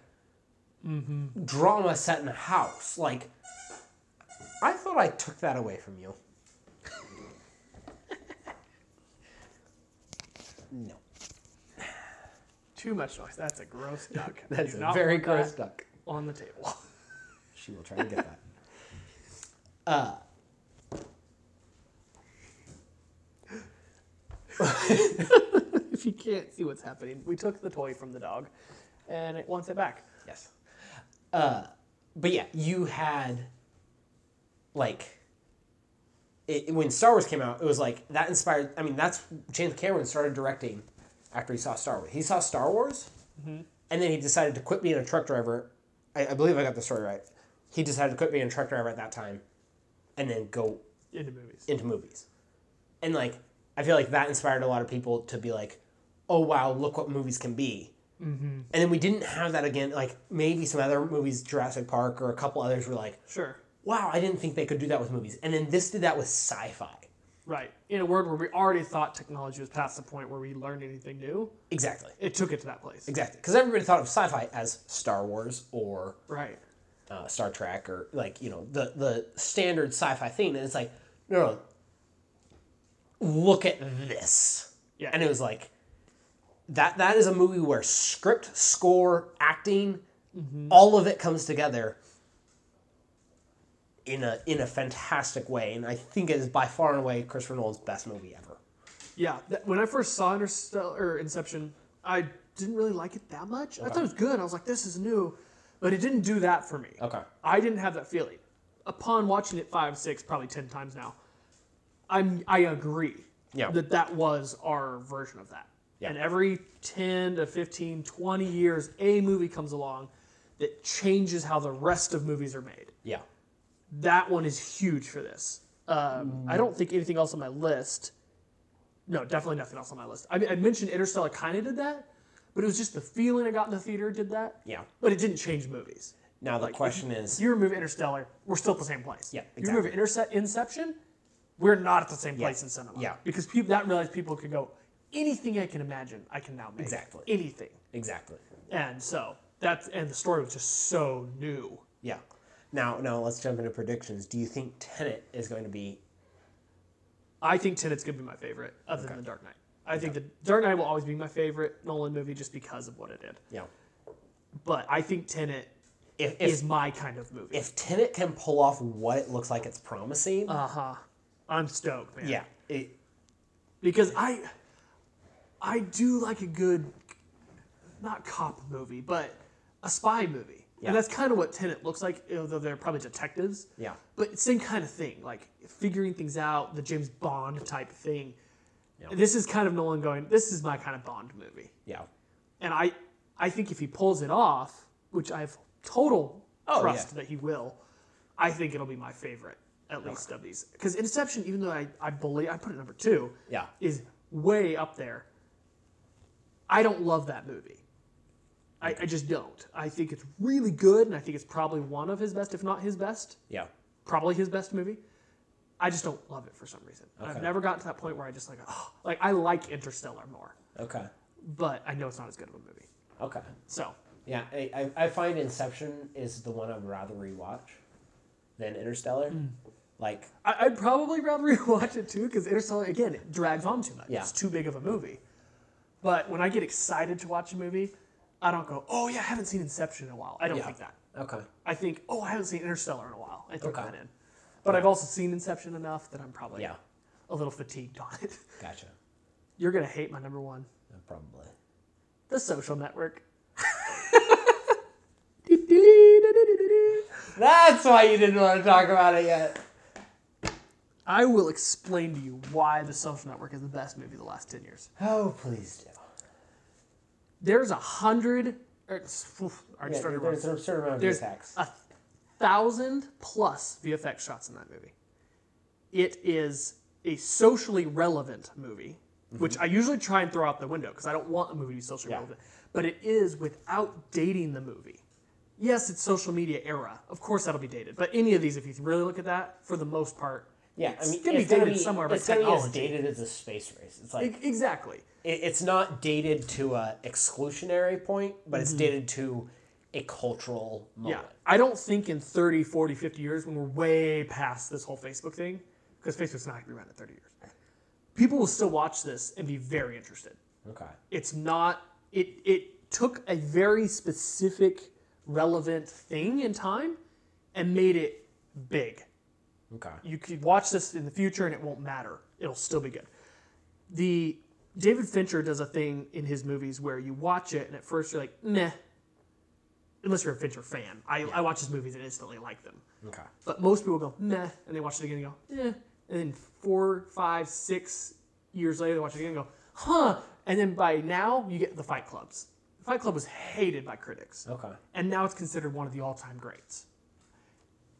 [SPEAKER 1] Mm-hmm.
[SPEAKER 2] drama set in a house. Like, I thought I took that away from you. no,
[SPEAKER 1] Too much noise. That's a gross duck. I
[SPEAKER 2] that's
[SPEAKER 1] do
[SPEAKER 2] a
[SPEAKER 1] not
[SPEAKER 2] very
[SPEAKER 1] want that
[SPEAKER 2] gross duck.
[SPEAKER 1] On the table.
[SPEAKER 2] She will try to get that.
[SPEAKER 1] if you can't see what's happening, we took the toy from the dog, and it wants it back.
[SPEAKER 2] Yes. Uh, but yeah, you had like it, when Star Wars came out, it was like that inspired. I mean, that's James Cameron started directing after he saw Star Wars. He saw Star Wars, and then he decided to quit being a truck driver. I, I believe I got the story right. He decided to quit being a truck driver at that time, and then go
[SPEAKER 1] Into movies.
[SPEAKER 2] into movies. And like I feel like that inspired a lot of people to be like, "Oh wow, look what movies can be." Mm-hmm. And then we didn't have that again. Like maybe some other movies, Jurassic Park or a couple others, were like,
[SPEAKER 1] Sure.
[SPEAKER 2] "Wow, I didn't think they could do that with movies." And then this did that with sci-fi.
[SPEAKER 1] Right. In a world where we already thought technology was past the point where we learned anything new,
[SPEAKER 2] Exactly.
[SPEAKER 1] it took it to that place.
[SPEAKER 2] Exactly. Because everybody thought of sci-fi as Star Wars or
[SPEAKER 1] Right.
[SPEAKER 2] uh, Star Trek or like you know the the standard sci-fi thing, and it's like no, no look at this,
[SPEAKER 1] Yeah.
[SPEAKER 2] and it was like that that is a movie where script, score, acting,
[SPEAKER 1] Mm-hmm.
[SPEAKER 2] all of it comes together in a in a fantastic way, and I think it is by far and away Christopher Nolan's best movie ever.
[SPEAKER 1] Yeah. that- when I first saw Interstellar or Inception, I didn't really like it that much. I thought it was good. I was like, this is new, but it didn't do that for me.
[SPEAKER 2] Okay.
[SPEAKER 1] I didn't have that feeling. Upon watching it five, six, probably ten times now, I'm I agree
[SPEAKER 2] Yeah.
[SPEAKER 1] that that was our version of that.
[SPEAKER 2] Yeah.
[SPEAKER 1] And every 10 to 15, 20 years, a movie comes along that changes how the rest of movies are made.
[SPEAKER 2] Yeah.
[SPEAKER 1] That one is huge for this. Um, I don't think anything else on my list. No, definitely nothing else on my list. I, mean, I mentioned Interstellar kind of did that, but it was just the feeling I got in the theater did that.
[SPEAKER 2] Yeah.
[SPEAKER 1] But it didn't change movies.
[SPEAKER 2] Now the question is,
[SPEAKER 1] You remove Interstellar, we're still at the same place.
[SPEAKER 2] Yeah,
[SPEAKER 1] You remove Interse- Inception, we're not at the same place in cinema.
[SPEAKER 2] yeah.
[SPEAKER 1] Because people that realized people could go anything I can imagine, I can now make.
[SPEAKER 2] Exactly.
[SPEAKER 1] Anything.
[SPEAKER 2] exactly.
[SPEAKER 1] And so that's and the story was just so new.
[SPEAKER 2] Yeah. Now now let's jump into predictions. Do you think Tenet is going to be
[SPEAKER 1] I think Tenet's gonna be my favorite, other than The Dark Knight. I think The Dark Knight will always be my favorite Nolan movie just because of what it did.
[SPEAKER 2] yeah?
[SPEAKER 1] But I think Tenet
[SPEAKER 2] If, if
[SPEAKER 1] is my kind of movie.
[SPEAKER 2] if Tenet can pull off what it looks like it's promising,
[SPEAKER 1] uh huh. I'm stoked, man.
[SPEAKER 2] uh-huh. yeah, it,
[SPEAKER 1] because I I do like a good not cop movie, but a spy movie.
[SPEAKER 2] Yeah.
[SPEAKER 1] And that's kind of what Tenet looks like, although they're probably detectives.
[SPEAKER 2] Yeah.
[SPEAKER 1] But same kind of thing, like figuring things out, the James Bond type thing. This is kind of Nolan going, this is my kind of Bond movie.
[SPEAKER 2] yeah,
[SPEAKER 1] And I I think if he pulls it off, which I have total
[SPEAKER 2] Oh,
[SPEAKER 1] trust
[SPEAKER 2] yeah.
[SPEAKER 1] that he will, I think it'll be my favorite, at least of these. Because Inception, even though I, I believe I put it number two,
[SPEAKER 2] yeah,
[SPEAKER 1] is way up there. I don't love that movie. I, I just don't. I think it's really good, and I think it's probably one of his best, if not his best,
[SPEAKER 2] yeah,
[SPEAKER 1] probably his best movie. I just don't love it for some reason. I've
[SPEAKER 2] Okay.
[SPEAKER 1] never gotten to that point where I just like, oh, like I like Interstellar more,
[SPEAKER 2] okay,
[SPEAKER 1] but I know it's not as good of a movie.
[SPEAKER 2] okay,
[SPEAKER 1] So
[SPEAKER 2] yeah. I, I, I find Inception is the one I'd rather rewatch than Interstellar. Like,
[SPEAKER 1] I, I'd probably rather rewatch it too, because Interstellar again it drags on too much.
[SPEAKER 2] Yeah.
[SPEAKER 1] It's too big of a movie. But when I get excited to watch a movie, I don't go, oh yeah, I haven't seen Inception in a while. I don't
[SPEAKER 2] Yeah.
[SPEAKER 1] think that.
[SPEAKER 2] okay,
[SPEAKER 1] I think, oh, I haven't seen Interstellar in a while. I throw
[SPEAKER 2] Okay.
[SPEAKER 1] that in. But I've also seen Inception enough that I'm probably
[SPEAKER 2] Yeah.
[SPEAKER 1] a little fatigued on it.
[SPEAKER 2] gotcha.
[SPEAKER 1] You're going to hate my number one
[SPEAKER 2] Uh, Probably.
[SPEAKER 1] The Social Network.
[SPEAKER 2] That's why you didn't want to talk about it yet.
[SPEAKER 1] I will explain to you why The Social Network is the best movie of the last 10 years.
[SPEAKER 2] Oh, please do.
[SPEAKER 1] There's a hundred. or it's- oof, I already
[SPEAKER 2] Yeah,
[SPEAKER 1] started
[SPEAKER 2] there's
[SPEAKER 1] wrong.
[SPEAKER 2] an absurd amount of
[SPEAKER 1] There's
[SPEAKER 2] attacks.
[SPEAKER 1] a thousand plus VFX shots in that movie. It is a socially relevant movie, which I usually try and throw out the window because I don't want a movie to be socially
[SPEAKER 2] Mm-hmm. Yeah.
[SPEAKER 1] relevant. But it is without dating the movie. Yes, it's social media era. Of course, that'll be dated. But any of these, if you really look at that, for the most part,
[SPEAKER 2] Yeah, I mean,
[SPEAKER 1] gonna be
[SPEAKER 2] it's gonna
[SPEAKER 1] dated somewhere by
[SPEAKER 2] It's gonna be as
[SPEAKER 1] technology.
[SPEAKER 2] dated as a space race. It's like
[SPEAKER 1] E- exactly.
[SPEAKER 2] it, it's not dated to a exclusionary point, but it's dated to a cultural
[SPEAKER 1] Yeah.
[SPEAKER 2] moment.
[SPEAKER 1] I don't think in 30, 40, 50 years, when we're way past this whole Facebook thing, because Facebook's not going to be around in 30 years, people will still watch this and be very interested.
[SPEAKER 2] Okay.
[SPEAKER 1] It's not, it, it took a very specific, relevant thing in time and made it big.
[SPEAKER 2] Okay.
[SPEAKER 1] You could watch this in the future and it won't matter. It'll still be good. The David Fincher does a thing in his movies where you watch it and at first you're like, meh. Unless you're a Fincher fan. I, I watch his movies and instantly like them.
[SPEAKER 2] Okay.
[SPEAKER 1] But most people go, meh, and they watch it again and go, eh. And then four, five, six years later, they watch it again and go, huh. And then by now, you get the Fight Clubs. The Fight Club was hated by critics
[SPEAKER 2] Okay.
[SPEAKER 1] and now it's considered one of the all-time greats.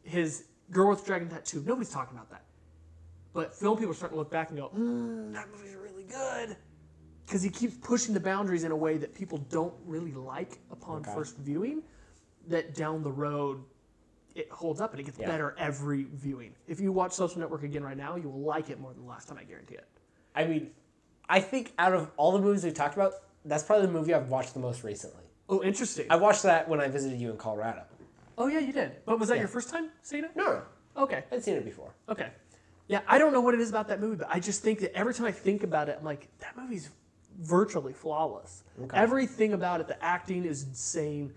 [SPEAKER 1] His Girl with Dragon Tattoo, nobody's talking about that. But film people are starting to look back and go, mm, that movie's really good. Because he keeps pushing the boundaries in a way that people don't really like upon
[SPEAKER 2] Okay.
[SPEAKER 1] first viewing, that down the road it holds up and it gets
[SPEAKER 2] Yeah.
[SPEAKER 1] better every viewing. If you watch Social Network again right now, you will like it more than the last time, I guarantee it.
[SPEAKER 2] I mean, I think out of all the movies we've talked about, that's probably the movie I've watched the most recently.
[SPEAKER 1] Oh, interesting.
[SPEAKER 2] I watched that when I visited you in Colorado.
[SPEAKER 1] oh, yeah, you did. But was that your first time seeing it?
[SPEAKER 2] No,
[SPEAKER 1] Okay.
[SPEAKER 2] I'd seen it before.
[SPEAKER 1] Okay. Yeah, I don't know what it is about that movie, but I just think that every time I think about it, I'm like, that movie's virtually flawless.
[SPEAKER 2] Okay.
[SPEAKER 1] Everything about it, the acting is insane.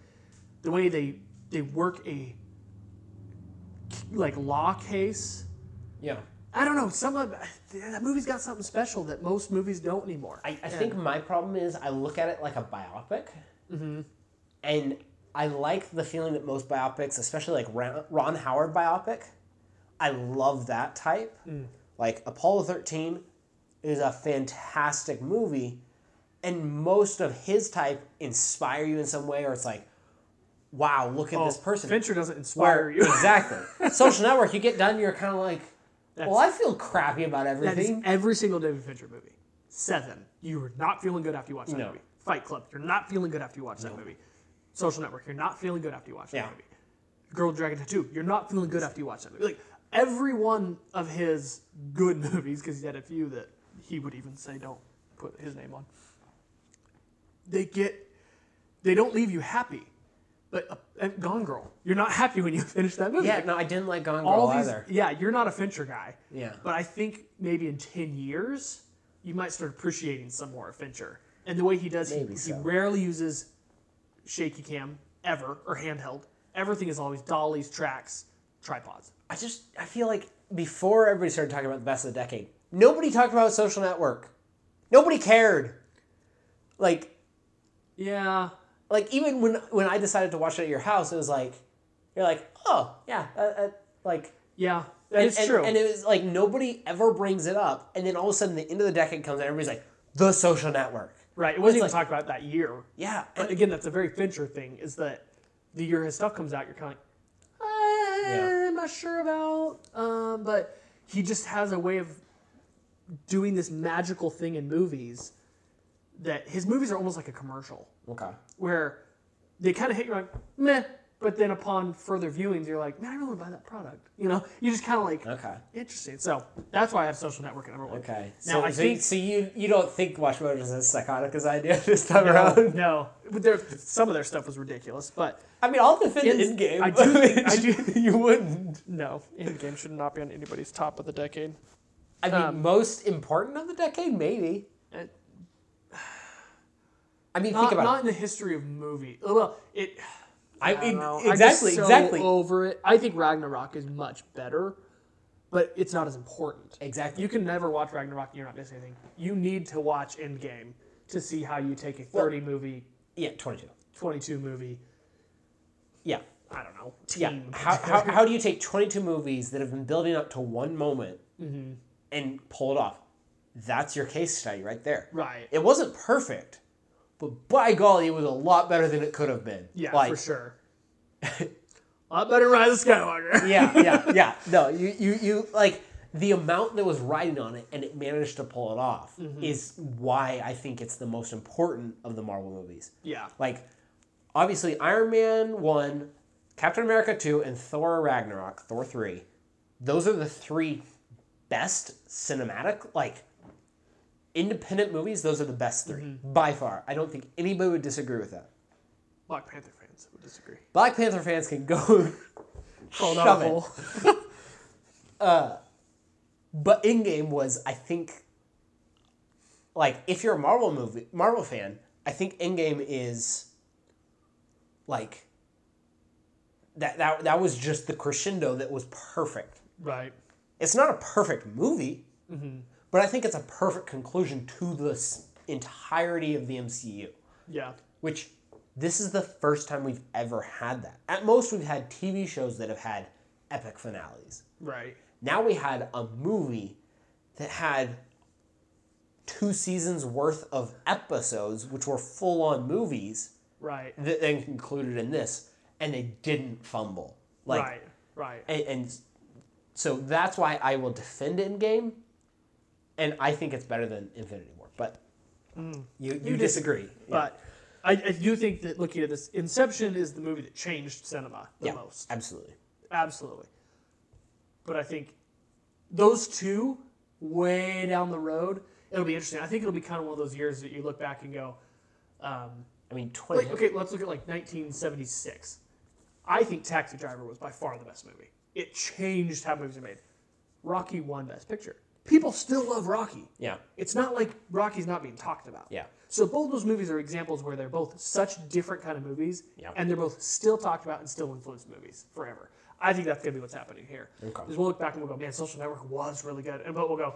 [SPEAKER 1] The way they they work a like law case.
[SPEAKER 2] Yeah.
[SPEAKER 1] I don't know. Some of that movie's got something special that most movies don't anymore.
[SPEAKER 2] I, I think my problem is I look at it like a biopic, Mm-hmm. and I like the feeling that most biopics, especially like Ron, Ron Howard biopic, I love that type. Like Apollo thirteen is a fantastic movie, and most of his type inspire you in some way, or it's like, wow, look at this person.
[SPEAKER 1] Fincher doesn't inspire
[SPEAKER 2] Where-
[SPEAKER 1] you.
[SPEAKER 2] exactly. Social network, you get done, you're kind of like, well, I
[SPEAKER 1] That's-
[SPEAKER 2] feel crappy about
[SPEAKER 1] That is
[SPEAKER 2] everything.
[SPEAKER 1] every single David Fincher movie. Seven. You were not feeling good after you watched that
[SPEAKER 2] No.
[SPEAKER 1] movie. Fight Club. You're not feeling good after you watch that movie. Social Network. You're not feeling good after you watch
[SPEAKER 2] Yeah.
[SPEAKER 1] that movie. Girl with Dragon Tattoo. You're not feeling good after you watch that movie. Like every one of his good movies, because he had a few that he would even say don't put his name on. They get, they don't leave you happy. But uh, and Gone Girl, you're not happy when you finish that movie.
[SPEAKER 2] yeah,
[SPEAKER 1] Like,
[SPEAKER 2] no, I didn't like Gone Girl
[SPEAKER 1] all these,
[SPEAKER 2] either.
[SPEAKER 1] yeah, you're not a Fincher guy.
[SPEAKER 2] Yeah.
[SPEAKER 1] But I think maybe in 10 years, you might start appreciating some more of Fincher. And the way he does, he,
[SPEAKER 2] Maybe
[SPEAKER 1] he
[SPEAKER 2] so.
[SPEAKER 1] rarely uses shaky cam ever or handheld. Everything is always dollies, tracks, tripods.
[SPEAKER 2] I just I feel like before everybody started talking about the best of the decade, nobody talked about Social Network. Nobody cared. Like
[SPEAKER 1] Yeah.
[SPEAKER 2] like even when when I decided to watch it at your house, it was like you're like oh yeah uh, uh, like
[SPEAKER 1] Yeah.
[SPEAKER 2] and,
[SPEAKER 1] It's
[SPEAKER 2] and-
[SPEAKER 1] true.
[SPEAKER 2] and it was like nobody ever brings it up, and then all of a sudden the end of the decade comes and everybody's like the Social Network.
[SPEAKER 1] right. It wasn't
[SPEAKER 2] like-
[SPEAKER 1] even talked about that year.
[SPEAKER 2] Yeah,
[SPEAKER 1] But again, that's a very Fincher thing is that the year his stuff comes out, you're kind of like, I'm not sure about. Um, but he just has a way of doing this magical thing in movies that his movies are almost like a commercial
[SPEAKER 2] okay.
[SPEAKER 1] where they kind of hit you like, meh. But then upon further viewings, you're like, man, I really want to buy that product. You know, you just kind of like,
[SPEAKER 2] Okay.
[SPEAKER 1] interesting. So that's why I have social network at number one.
[SPEAKER 2] Okay. so,
[SPEAKER 1] Now I
[SPEAKER 2] so-
[SPEAKER 1] think
[SPEAKER 2] so. You you don't think Watch Motors is as psychotic as I do this time
[SPEAKER 1] no,
[SPEAKER 2] around?
[SPEAKER 1] no, but there, some of their stuff was ridiculous, but
[SPEAKER 2] I mean, I'll defend
[SPEAKER 1] It's-
[SPEAKER 2] the in game.
[SPEAKER 1] I do think- I do-
[SPEAKER 2] you wouldn't.
[SPEAKER 1] No, Endgame should not be on anybody's top of the decade.
[SPEAKER 2] I mean,
[SPEAKER 1] Um,
[SPEAKER 2] most important of the decade, maybe.
[SPEAKER 1] It-
[SPEAKER 2] I mean,
[SPEAKER 1] Uh, Not,
[SPEAKER 2] think about
[SPEAKER 1] not in the history of movie. Uh, Well, it
[SPEAKER 2] it. I,
[SPEAKER 1] I don't know. I'm
[SPEAKER 2] exactly,
[SPEAKER 1] just so
[SPEAKER 2] exactly,
[SPEAKER 1] over it. I think Ragnarok is much better, but it's not as important.
[SPEAKER 2] exactly.
[SPEAKER 1] You can never watch Ragnarok; and you're not missing anything. You need to watch Endgame to see how you take a 30 movie,
[SPEAKER 2] yeah, twenty-two.
[SPEAKER 1] 22 movie.
[SPEAKER 2] Yeah,
[SPEAKER 1] I don't know.
[SPEAKER 2] yeah.
[SPEAKER 1] Team.
[SPEAKER 2] How, how, how do you take twenty-two movies that have been building up to one moment
[SPEAKER 1] Mm-hmm.
[SPEAKER 2] and pull it off? That's your case study right there.
[SPEAKER 1] Right.
[SPEAKER 2] It wasn't perfect, but by golly, it was a lot better than it could have been.
[SPEAKER 1] Yeah,
[SPEAKER 2] like,
[SPEAKER 1] for sure. a lot better than Rise of Skywalker.
[SPEAKER 2] yeah, yeah, yeah. No, you, you, you like the amount that was riding on it and it managed to pull it off is why I think it's the most important of the Marvel movies.
[SPEAKER 1] yeah.
[SPEAKER 2] Like, obviously, Iron Man 1, Captain America 2, and Thor Ragnarok, Thor 3, those are the three best cinematic, like independent movies, those are the best 3 by far. I don't think anybody would disagree with that.
[SPEAKER 1] Black Panther fans would disagree.
[SPEAKER 2] Black Panther fans can go
[SPEAKER 1] Called
[SPEAKER 2] Shove it. But Endgame was, I think, like if you're a Marvel movie, Marvel fan, I think Endgame is like that. That that was just the crescendo that was perfect.
[SPEAKER 1] Right.
[SPEAKER 2] It's not a perfect movie, but I think it's a perfect conclusion to the s- entirety of the MCU.
[SPEAKER 1] Yeah.
[SPEAKER 2] Which this is the first time we've ever had that. At most, we've had TV shows that have had epic finales.
[SPEAKER 1] Right.
[SPEAKER 2] Now we had a movie that had two seasons worth of episodes, which were full on movies,
[SPEAKER 1] Right.
[SPEAKER 2] that then concluded in this, and they didn't fumble. Like,
[SPEAKER 1] right. Right.
[SPEAKER 2] and, and so that's why I will defend Endgame, and I think it's better than Infinity War. But you, you, disagree.
[SPEAKER 1] Mm. But I, I do think that looking at this, Inception is the movie that changed cinema the
[SPEAKER 2] yeah,
[SPEAKER 1] most.
[SPEAKER 2] absolutely.
[SPEAKER 1] Absolutely. But I think those two, way down the road, it'll be interesting. I think it'll be kind of one of those years that you look back and go, um,
[SPEAKER 2] I mean, 20.
[SPEAKER 1] like, okay, let's look at like 1976. I think Taxi Driver was by far the best movie. It changed how movies are made. Rocky won Best Picture. People still love Rocky.
[SPEAKER 2] Yeah,
[SPEAKER 1] It's not like Rocky's not being talked about.
[SPEAKER 2] yeah,
[SPEAKER 1] So both those movies are examples where they're both such different kind of movies,
[SPEAKER 2] Yeah.
[SPEAKER 1] and they're both still talked about and still influence movies forever. I think that's gonna be what's happening here.
[SPEAKER 2] Okay.
[SPEAKER 1] Is we'll look back and we'll go, man, Social Network was really good, and but we'll go,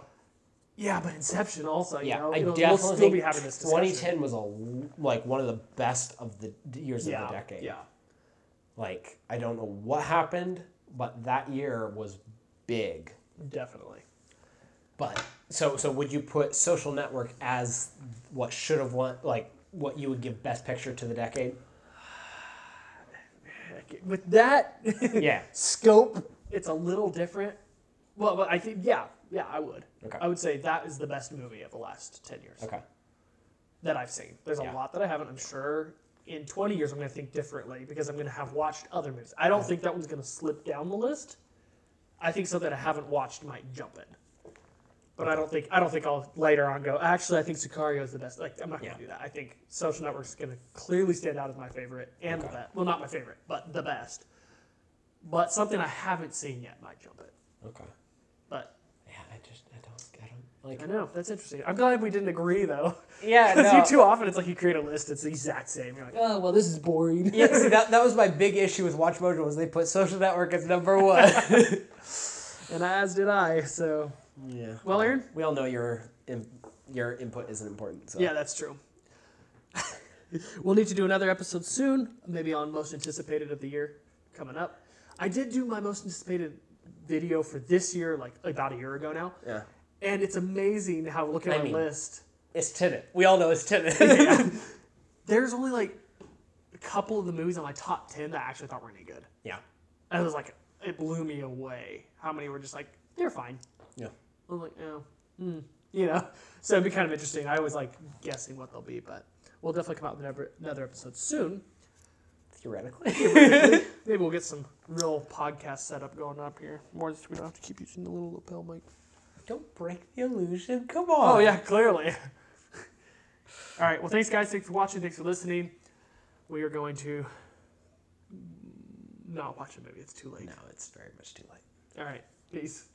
[SPEAKER 1] yeah, but Inception also,
[SPEAKER 2] yeah.
[SPEAKER 1] you know,
[SPEAKER 2] I
[SPEAKER 1] it'll-
[SPEAKER 2] definitely
[SPEAKER 1] we'll still
[SPEAKER 2] think
[SPEAKER 1] be having this discussion.
[SPEAKER 2] 2010 was a like one of the best of the d- years
[SPEAKER 1] yeah,
[SPEAKER 2] of the decade.
[SPEAKER 1] yeah,
[SPEAKER 2] Like, I don't know what happened, but that year was big.
[SPEAKER 1] definitely.
[SPEAKER 2] But so so would you put Social Network as what should have won like what you would give best picture to the decade?
[SPEAKER 1] With that
[SPEAKER 2] yeah.
[SPEAKER 1] scope, it's a little different. Well, but I think yeah, yeah, I would.
[SPEAKER 2] Okay.
[SPEAKER 1] I would say that is the best movie of the last ten years.
[SPEAKER 2] Okay.
[SPEAKER 1] that I've seen. There's a
[SPEAKER 2] Yeah.
[SPEAKER 1] lot that I haven't. I'm sure in 20 years I'm going to think differently because I'm going to have watched other movies. I don't think that one's going to slip down the list. I think something I haven't watched might jump in. But I don't think I don't think I'll later on go. Actually, I think Sicario is the best. Like I'm not going
[SPEAKER 2] Yeah.
[SPEAKER 1] to do that. I think Social Network is going to clearly stand out as my favorite and the
[SPEAKER 2] Okay.
[SPEAKER 1] best. Well, not my favorite, but the best. But something I haven't seen yet might jump it.
[SPEAKER 2] Okay.
[SPEAKER 1] But
[SPEAKER 2] Yeah, I just I don't I don't like
[SPEAKER 1] I know that's interesting. I'm glad we didn't agree though,
[SPEAKER 2] Yeah,
[SPEAKER 1] because you too often it's like you create a list, it's the exact same. You're like, oh well, this is boring.
[SPEAKER 2] yeah, see, that, that was my big issue with Watch Mojo was they put Social Network as number one.
[SPEAKER 1] and as did I. So
[SPEAKER 2] yeah.
[SPEAKER 1] Well, Aaron?
[SPEAKER 2] we all know your in, your input isn't important. So.
[SPEAKER 1] yeah, that's true. we'll need to do another episode soon, maybe on most anticipated of the year coming up. I did do my most anticipated video for this year, like about a year ago now,
[SPEAKER 2] Yeah.
[SPEAKER 1] and it's amazing how looking
[SPEAKER 2] I
[SPEAKER 1] at my
[SPEAKER 2] mean-
[SPEAKER 1] list,
[SPEAKER 2] It's Tenet. We all know it's Tenet.
[SPEAKER 1] there's only like a couple of the movies on my top ten that I actually thought were any good.
[SPEAKER 2] yeah.
[SPEAKER 1] And it was like it blew me away how many were just like they're fine.
[SPEAKER 2] Yeah.
[SPEAKER 1] I'm like, oh, hmm, you know. So it'd be kind of interesting. I always like guessing what they'll be, but we'll definitely come out with another- another episode soon.
[SPEAKER 2] Theoretically.
[SPEAKER 1] Maybe we'll get some real podcast setup going up here. More just we don't have to keep using the little lapel mic.
[SPEAKER 2] Don't break the illusion. Come on.
[SPEAKER 1] Oh yeah, clearly. All right. Well, thanks guys. Thanks for watching. Thanks for listening. We are going to not watch a movie. It's too late.
[SPEAKER 2] No, it's very much too late.
[SPEAKER 1] All right. Peace.